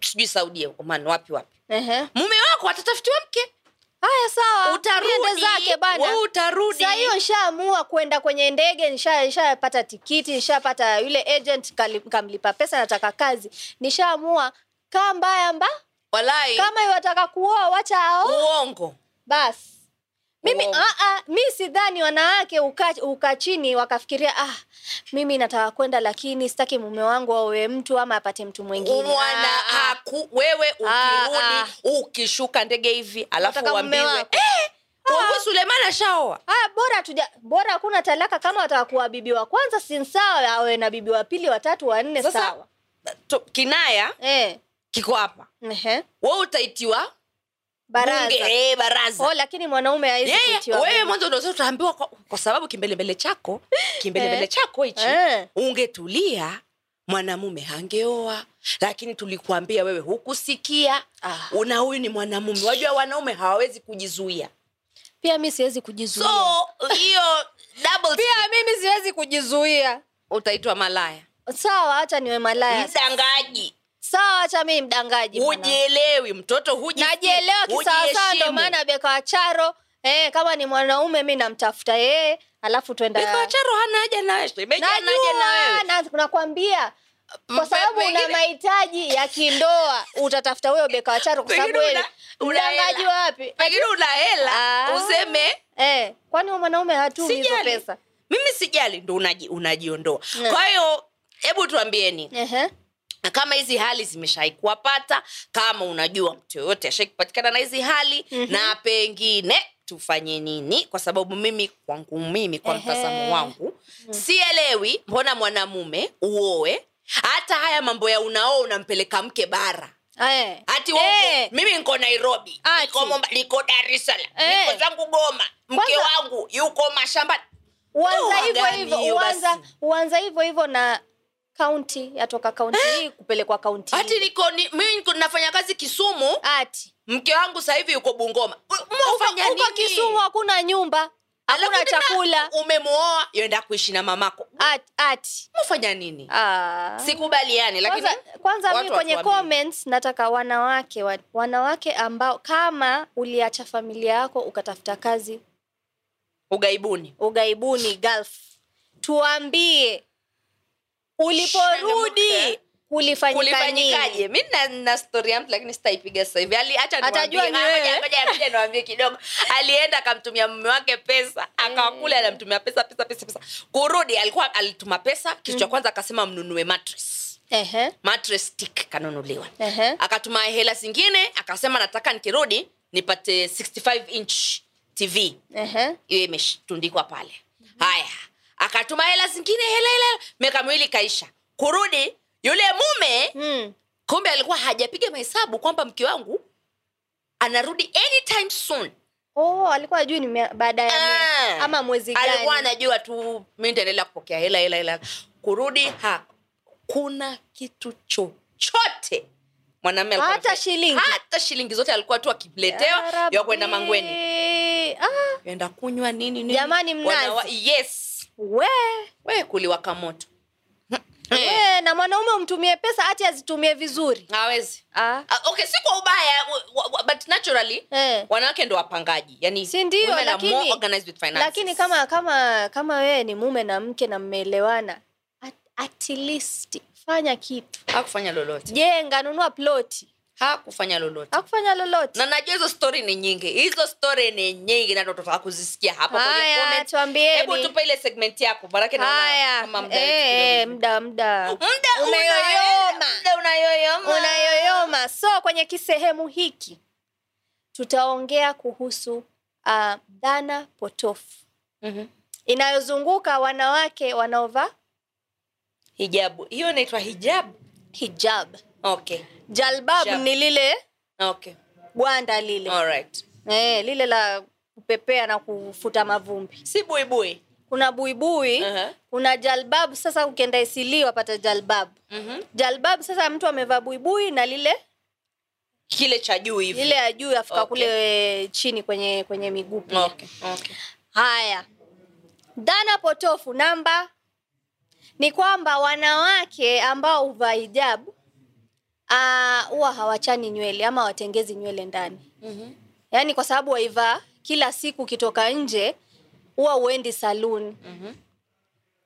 [SPEAKER 2] sijui saudia oman wapi wapi
[SPEAKER 1] Ehe.
[SPEAKER 2] mume wako atatafutiwa mke
[SPEAKER 1] haya sawa niende
[SPEAKER 2] utarudi
[SPEAKER 1] Ah, zake bana
[SPEAKER 2] wewe utarudi
[SPEAKER 1] Saa hiyo nishaamua kwenda kwenye ndege, nisha- nishapata tikiti, nishapata yule agent kali- kamlipa pesa, nataka kazi, nishaamua kaa mbaya mba
[SPEAKER 2] walai
[SPEAKER 1] kama iwataka kuoa wacha
[SPEAKER 2] Oh.
[SPEAKER 1] ao
[SPEAKER 2] uongo
[SPEAKER 1] basi. Mimi
[SPEAKER 2] Uongo.
[SPEAKER 1] aa, mi sidhani wanawake uka, uka chini wakafikiria ah, mimi nataka kwenda lakini sitaki mume wangu aowe mtu ama apate mtu mwingine.
[SPEAKER 2] mwana
[SPEAKER 1] Ah, ah.
[SPEAKER 2] haku wewe
[SPEAKER 1] Ah,
[SPEAKER 2] ukirudi
[SPEAKER 1] ah.
[SPEAKER 2] ukishuka ndege hivi alafu
[SPEAKER 1] Nataka mume
[SPEAKER 2] uambiwe
[SPEAKER 1] wako.
[SPEAKER 2] eh, Kwa hivyo suleiman ashaoa
[SPEAKER 1] Ah, bora tuja bora hakuna talaka kama watakuwa bibi wa kwanza si sawa awe na bibi wa pili watatu wa nne
[SPEAKER 2] Sasa-
[SPEAKER 1] sawa
[SPEAKER 2] To- kinaya
[SPEAKER 1] eh.
[SPEAKER 2] kiko hapa
[SPEAKER 1] Ehe.
[SPEAKER 2] we utaitiwa bunge,
[SPEAKER 1] baraza
[SPEAKER 2] eh, baraza
[SPEAKER 1] oh, lakini mwanaume hawezi
[SPEAKER 2] Yeah,
[SPEAKER 1] kuitiwa
[SPEAKER 2] wewe
[SPEAKER 1] bunge.
[SPEAKER 2] mwanzo ndio utaambiwa kwa, kwa sababu kimbelembele chako kimbelembele
[SPEAKER 1] Eh.
[SPEAKER 2] chako hichi
[SPEAKER 1] Eh.
[SPEAKER 2] ungetulia mwanamume hangeoa lakini tulikuambia wewe hukusikia
[SPEAKER 1] Ah.
[SPEAKER 2] na huyu ni mwanamume wajua wanaume hawawezi kujizuia
[SPEAKER 1] pia mi siwezi kujizuia
[SPEAKER 2] so hiyo double
[SPEAKER 1] pia mimi siwezi kujizuia
[SPEAKER 2] utaitwa malaya
[SPEAKER 1] sawa hacha niwe malaya
[SPEAKER 2] mdangaji
[SPEAKER 1] sawa hacha mii mdangaji mwanangu.
[SPEAKER 2] hujielewi mtoto huji-
[SPEAKER 1] najielewa kisawasawa ndo
[SPEAKER 2] hujiheshimu.
[SPEAKER 1] maana beka wacharo eh, kama ni mwanaume mi namtafuta yeye alafu
[SPEAKER 2] Biko
[SPEAKER 1] twenda
[SPEAKER 2] wacharo hana haja nawe shemeji hana haja na
[SPEAKER 1] najua
[SPEAKER 2] wewe
[SPEAKER 1] na- nakwambia kwa
[SPEAKER 2] Mpe-
[SPEAKER 1] sababu una
[SPEAKER 2] pengine-
[SPEAKER 1] mahitaji ya kindoa utatafuta huyo beka wacharo kwa sababu
[SPEAKER 2] Pengine
[SPEAKER 1] yeye
[SPEAKER 2] una- una
[SPEAKER 1] mdangaji
[SPEAKER 2] hela.
[SPEAKER 1] wapi
[SPEAKER 2] pengine una hela
[SPEAKER 1] Ah.
[SPEAKER 2] useme
[SPEAKER 1] eh, kwani huyo mwanaume hatumi hizo
[SPEAKER 2] Sijali.
[SPEAKER 1] pesa
[SPEAKER 2] mimi sijali ndo unaji, unajiondoa
[SPEAKER 1] Ne.
[SPEAKER 2] kwa hiyo hebu tuambieni
[SPEAKER 1] Ehe.
[SPEAKER 2] kama hizi hali zimeshai kuwapata kama unajua mtu yoyote ashai kupatikana na hizi hali
[SPEAKER 1] Mhm.
[SPEAKER 2] na pengine tufanye nini kwa sababu mimi kwangu mimi kwa
[SPEAKER 1] Ehe. Mm.
[SPEAKER 2] mtazamo wangu sielewi mbona mwanamume uoe hata haya mambo ya unaoa unampeleka mke bara
[SPEAKER 1] Eh.
[SPEAKER 2] hati woko,
[SPEAKER 1] Eh.
[SPEAKER 2] mimi niko nairobi
[SPEAKER 1] Ati.
[SPEAKER 2] niko, Momba- niko dar es salaam
[SPEAKER 1] Eh.
[SPEAKER 2] niko zangu goma mke
[SPEAKER 1] Kwanza-
[SPEAKER 2] wangu yuko mashambani
[SPEAKER 1] uanza
[SPEAKER 2] Toa
[SPEAKER 1] hivyo
[SPEAKER 2] gani
[SPEAKER 1] hivyo
[SPEAKER 2] hiyo
[SPEAKER 1] uanza
[SPEAKER 2] basi?
[SPEAKER 1] uanza hivyo hivyo na kaunti yatoka kaunti hii kupelekwa kaunti
[SPEAKER 2] hati
[SPEAKER 1] nyingine.
[SPEAKER 2] niko Eh. ni, mimi niko nafanya kazi kisumu
[SPEAKER 1] ati
[SPEAKER 2] mke wangu sasa hivi yuko bungoma Mwafanya
[SPEAKER 1] uko
[SPEAKER 2] nini?
[SPEAKER 1] kisumu hakuna nyumba
[SPEAKER 2] Alafu
[SPEAKER 1] hakuna
[SPEAKER 2] tena
[SPEAKER 1] chakula Ah.
[SPEAKER 2] umemuoa yoenda kuishi na mamako
[SPEAKER 1] ati, ati.
[SPEAKER 2] mfanya nini
[SPEAKER 1] Ah.
[SPEAKER 2] sikubaliani lakini
[SPEAKER 1] kwanza, kwanza mi
[SPEAKER 2] watu
[SPEAKER 1] kwenye
[SPEAKER 2] watuambie.
[SPEAKER 1] comments nataka wanawake wa- wanawake ambao kama uliacha familia yako ukatafuta kazi
[SPEAKER 2] ugaibuni
[SPEAKER 1] ughaibuni gulf tuambie
[SPEAKER 2] Shanga
[SPEAKER 1] uliporudi
[SPEAKER 2] mke.
[SPEAKER 1] kulifanyika nini
[SPEAKER 2] eh? kulifanyikaje mi na, na story ya mtu lakini sitaipiga sasa hivi Ali- acha
[SPEAKER 1] Atajua
[SPEAKER 2] niwaambie-
[SPEAKER 1] ni
[SPEAKER 2] ah,
[SPEAKER 1] wewe.
[SPEAKER 2] ngoja- ngoja- ngoja niwaambie kidogo alienda akamtumia mume wake pesa akawakule
[SPEAKER 1] Eh.
[SPEAKER 2] anamtumia pesa pesa pesa pesa kurudi alikuwa alituma pesa kitu
[SPEAKER 1] Mm.
[SPEAKER 2] cha kwanza akasema mnunue mattress
[SPEAKER 1] Ehe,
[SPEAKER 2] mattress stick kanunuliwa
[SPEAKER 1] ehe.
[SPEAKER 2] akatuma hela zingine akasema nataka nikirudi nipate 65 inch tv
[SPEAKER 1] Ehe.
[SPEAKER 2] iwe imetundikwa pale haya akatuma hela zingine hela hela hela. miaka miwili kaisha kurudi yule mume
[SPEAKER 1] Mm.
[SPEAKER 2] kumbe alikuwa hajapiga mahesabu kwamba mke wangu anarudi anytime soon
[SPEAKER 1] Oh, alikuwa ajui ni mia- baada ya mwezi
[SPEAKER 2] Ah.
[SPEAKER 1] Yaani, ama mwezi gani
[SPEAKER 2] alikuwa anajua tu mi nitaendelea kupokea hela hela hela kurudi hakuna kitu chochote mwanamume alikuwa
[SPEAKER 1] hata
[SPEAKER 2] anafanya-
[SPEAKER 1] shilingi
[SPEAKER 2] hata shilingi zote alikuwa tu akiletewa
[SPEAKER 1] Arabi.
[SPEAKER 2] ya kwenda mangweni
[SPEAKER 1] Ah,
[SPEAKER 2] enda kunywa nini nini
[SPEAKER 1] Jamani, mnazi.
[SPEAKER 2] Wanawa- yes
[SPEAKER 1] we,
[SPEAKER 2] we kuliwaka moto Eh,
[SPEAKER 1] we, na mwanaume umtumie pesa hati azitumie vizuri
[SPEAKER 2] hawezi
[SPEAKER 1] ah.
[SPEAKER 2] Ah, okay si kwa ubaya wa- wa- wa- but naturally
[SPEAKER 1] eh.
[SPEAKER 2] wanawake ndo wapangaji yani
[SPEAKER 1] Si ndio,
[SPEAKER 2] women are
[SPEAKER 1] lakini-
[SPEAKER 2] more organized with finances.
[SPEAKER 1] lakini kama kama kama wewe ni mume na mke na mmeelewana at, at least fanya kitu
[SPEAKER 2] hakufanya lolote
[SPEAKER 1] jenga nunua ploti
[SPEAKER 2] hakufanya lolote
[SPEAKER 1] akufanya lolote
[SPEAKER 2] na najua hizo story ni nyingi hizo story ni nyingi na ndo tutaka kuzisikia hapa kwenye
[SPEAKER 1] haya
[SPEAKER 2] comment. hebu
[SPEAKER 1] tuambieni
[SPEAKER 2] tupe ile segment yako manake naona
[SPEAKER 1] haya
[SPEAKER 2] kama muda wetu
[SPEAKER 1] Eh, eh,
[SPEAKER 2] kidogo.
[SPEAKER 1] muda muda
[SPEAKER 2] Muda
[SPEAKER 1] Umeyoyoma.
[SPEAKER 2] unayoyoma. Muda unayoyoma
[SPEAKER 1] unayoyoma so kwenye kisehemu hiki tutaongea kuhusu uh, dhana potofu
[SPEAKER 2] Mhm.
[SPEAKER 1] inayozunguka wanawake wanaovaa
[SPEAKER 2] hijabu hiyo inaitwa hijabu
[SPEAKER 1] hijab
[SPEAKER 2] okay
[SPEAKER 1] jalbab
[SPEAKER 2] Jab.
[SPEAKER 1] ni lile
[SPEAKER 2] okay
[SPEAKER 1] gwanda lile
[SPEAKER 2] all right
[SPEAKER 1] eh, lile la kupepea na kufuta mavumbi
[SPEAKER 2] si buibui
[SPEAKER 1] kuna buibui
[SPEAKER 2] Aha.
[SPEAKER 1] kuna jalbab sasa ukienda isilii wapata jalbab
[SPEAKER 2] Mhm.
[SPEAKER 1] jalbab sasa mtu amevaa buibui na lile
[SPEAKER 2] kile cha juu hivi
[SPEAKER 1] lile ya juu afika
[SPEAKER 2] Okay.
[SPEAKER 1] kule eh, chini kwenye kwenye miguu pia.
[SPEAKER 2] okay. okay.
[SPEAKER 1] Haya, dhana potofu namba ni kwamba wanawake ambao huvaa hijabu ah, huwa hawachani nywele ama watengezi nywele ndani, yaani kwa sababu waivaa kila siku, ukitoka nje huwa uendi saluni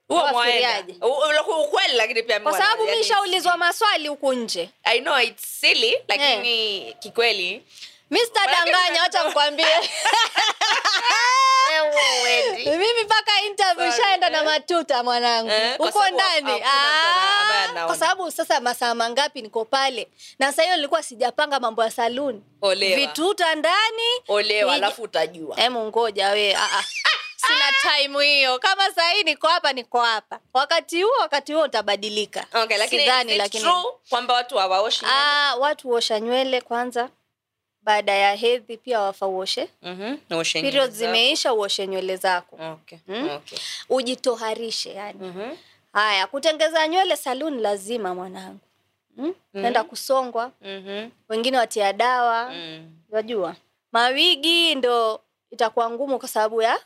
[SPEAKER 2] Huo
[SPEAKER 1] Wafikiriaje?
[SPEAKER 2] mwaenda. U- u- ulikuwa ukweli lakini pia
[SPEAKER 1] kwa
[SPEAKER 2] mwana-
[SPEAKER 1] sababu
[SPEAKER 2] yani,
[SPEAKER 1] mishaulizwa maswali huku nje Eh.
[SPEAKER 2] I know it's silly lakini kikweli
[SPEAKER 1] mi sitadanganya wacha nkwambie mimi mpaka interview
[SPEAKER 2] Sorry,
[SPEAKER 1] shaenda na
[SPEAKER 2] eh.
[SPEAKER 1] matuta mwanangu
[SPEAKER 2] Eh, kwa
[SPEAKER 1] uko
[SPEAKER 2] sababu
[SPEAKER 1] ndani
[SPEAKER 2] hakuna mtu ambaye- ambaye
[SPEAKER 1] Ah,
[SPEAKER 2] anaona.
[SPEAKER 1] kwa sababu sasa masaa mangapi niko pale na saa hiyo nilikuwa sijapanga mambo ya saluni
[SPEAKER 2] Olewa.
[SPEAKER 1] vituta ndani
[SPEAKER 2] olewa
[SPEAKER 1] Nije-
[SPEAKER 2] alafu utajua
[SPEAKER 1] hemu ngoja we ah, ah. sina time hiyo kama sahii niko hapa niko hapa wakati huo wakati huo utabadilika
[SPEAKER 2] okay, lakini
[SPEAKER 1] Sidhani,
[SPEAKER 2] is it
[SPEAKER 1] lakini-
[SPEAKER 2] true kwamba watu hawaoshi nywele?
[SPEAKER 1] Ah, watu huosha nywele kwanza baada ya hedhi pia wafa uoshe
[SPEAKER 2] Mhm, na uoshe nywele
[SPEAKER 1] period
[SPEAKER 2] zako.
[SPEAKER 1] zimeisha uoshe nywele zako
[SPEAKER 2] Okay,
[SPEAKER 1] Mm.
[SPEAKER 2] okay.
[SPEAKER 1] ujitoharishe yani
[SPEAKER 2] Mhm,
[SPEAKER 1] haya kutengeza nywele saluni lazima mwanangu mm? nenda kusongwa
[SPEAKER 2] mhm,
[SPEAKER 1] wengine watia dawa
[SPEAKER 2] mm.
[SPEAKER 1] wajua mawigi ndo itakuwa ngumu kwa sababu ya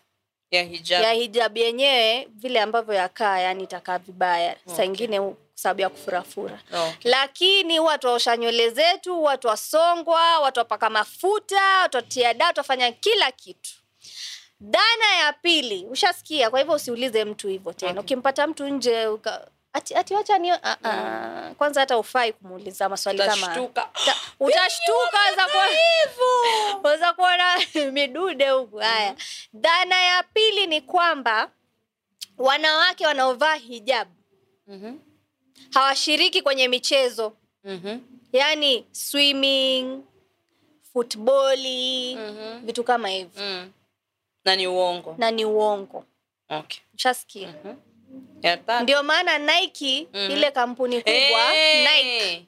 [SPEAKER 2] ya hijab.
[SPEAKER 1] ya hijabu yenyewe vile ambavyo yakaa yani itakaa vibaya saa
[SPEAKER 2] Okay.
[SPEAKER 1] ingine hu- kwa sababu ya kufurafura
[SPEAKER 2] No.
[SPEAKER 1] lakini huwa twaosha nywele zetu huwa twasongwa watu wapaka mafuta twatia dawa twafanya kila kitu dana ya pili ushasikia kwa hivyo usiulize mtu hivyo tena
[SPEAKER 2] Okay.
[SPEAKER 1] ukimpata mtu nje uka... ati, ati wacha ni ah, ah. kwanza hata ufai kumuuliza maswali kama
[SPEAKER 2] Mm. Utashtuka.
[SPEAKER 1] Ta- utashtuka waweza kuona- waweza kuona midude huku
[SPEAKER 2] Mm.
[SPEAKER 1] haya dhana ya pili ni kwamba wanawake wanaovaa hijabu
[SPEAKER 2] Mhm,
[SPEAKER 1] hawashiriki kwenye michezo
[SPEAKER 2] mhm,
[SPEAKER 1] yani Yaani, swimming futboli
[SPEAKER 2] mhm,
[SPEAKER 1] vitu kama hivyo
[SPEAKER 2] mm. na ni uongo
[SPEAKER 1] na ni uongo
[SPEAKER 2] okay.
[SPEAKER 1] ushasikia
[SPEAKER 2] Mhm. Ya tatu.
[SPEAKER 1] ndio maana nike
[SPEAKER 2] Mhm.
[SPEAKER 1] ile kampuni kubwa
[SPEAKER 2] Eh,
[SPEAKER 1] nike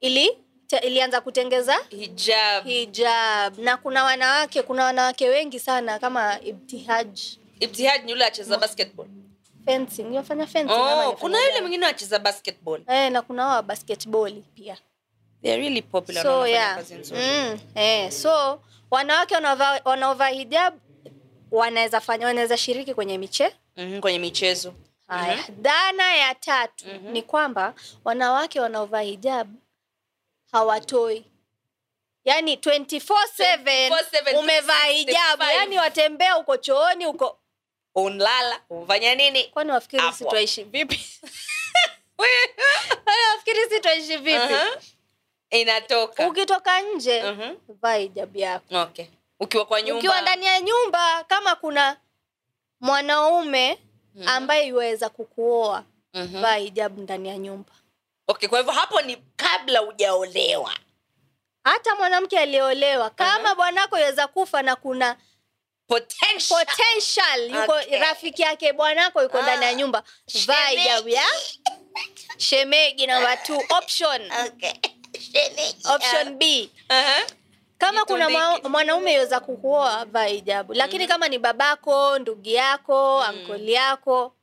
[SPEAKER 1] ili te, ilianza kutengeza
[SPEAKER 2] hijab.
[SPEAKER 1] hijab na kuna wanawake kuna wanawake wengi sana kama ibtihaj
[SPEAKER 2] Ibtihad ni yule acheza basketball.
[SPEAKER 1] fencing yafanya fencing ama
[SPEAKER 2] Oh,
[SPEAKER 1] anafanya
[SPEAKER 2] kuna yule
[SPEAKER 1] gani?
[SPEAKER 2] mwingine acheza basketball.
[SPEAKER 1] eh, na kuna wa basketball pia
[SPEAKER 2] They are really popular na
[SPEAKER 1] so
[SPEAKER 2] wanafanya
[SPEAKER 1] yeah.
[SPEAKER 2] kazi nzuri.
[SPEAKER 1] mm, eh, so wanawake wanaovaa wanaovaa hijab wanaweza fanya wanaweza shiriki kwenye miche
[SPEAKER 2] Mhm, kwenye michezo.
[SPEAKER 1] haya dhana ya tatu
[SPEAKER 2] Mhm.
[SPEAKER 1] ni kwamba wanawake wanaovaa hijab hawatoi yaani
[SPEAKER 2] 24/7,
[SPEAKER 1] 24/7 umevaa hijabu
[SPEAKER 2] 365.
[SPEAKER 1] yaani watembea huko chooni huko
[SPEAKER 2] Unlala, Mm-hmm. unafanya nini?
[SPEAKER 1] kwani wafikiri
[SPEAKER 2] Hapo.
[SPEAKER 1] sisi twaishi vipi Kwani wafikiri sisi twaishi vipi
[SPEAKER 2] Aha. Uh-huh. Inatoka.
[SPEAKER 1] ukitoka nje
[SPEAKER 2] Mhm.
[SPEAKER 1] vaa hijabu yako
[SPEAKER 2] Okay. Ukiwa kwa nyumba.
[SPEAKER 1] ukiwa ndani ya nyumba kama kuna mwanaume
[SPEAKER 2] Mhm.
[SPEAKER 1] ambaye yuwaweza kukuoa
[SPEAKER 2] Mhm.
[SPEAKER 1] vaa hijabu ndani ya nyumba
[SPEAKER 2] Okay, kwa hivyo hapo ni kabla hujaolewa.
[SPEAKER 1] hata mwanamke aliyeolewa kama bwanako yuweza kufa na kuna
[SPEAKER 2] Potential.
[SPEAKER 1] potential yuko
[SPEAKER 2] Okay.
[SPEAKER 1] rafiki yake bwanako yuko
[SPEAKER 2] Ah.
[SPEAKER 1] ndani ya nyumba vaa
[SPEAKER 2] Shemeji.
[SPEAKER 1] hijabu ya shemegi namba two option
[SPEAKER 2] Okay. Shemeji.
[SPEAKER 1] option b
[SPEAKER 2] Aha.
[SPEAKER 1] kama kuna mwa-
[SPEAKER 2] Nitundike.
[SPEAKER 1] mwanaume yaweza kukuoa vaa hijabu lakini
[SPEAKER 2] Hmm.
[SPEAKER 1] kama ni babako ndugu yako mm. ankoli yako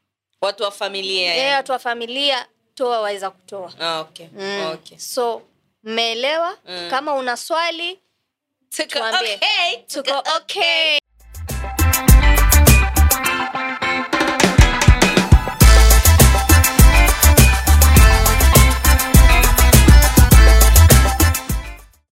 [SPEAKER 2] Watu wa familia.
[SPEAKER 1] yeye
[SPEAKER 2] yani.
[SPEAKER 1] watu wa familia toa waweza kutoa
[SPEAKER 2] Ah, okay.
[SPEAKER 1] mm.
[SPEAKER 2] Okay.
[SPEAKER 1] so mmeelewa
[SPEAKER 2] Mm.
[SPEAKER 1] kama una swali
[SPEAKER 2] Tuko
[SPEAKER 1] Tuambie.
[SPEAKER 2] okay.
[SPEAKER 1] tuko okay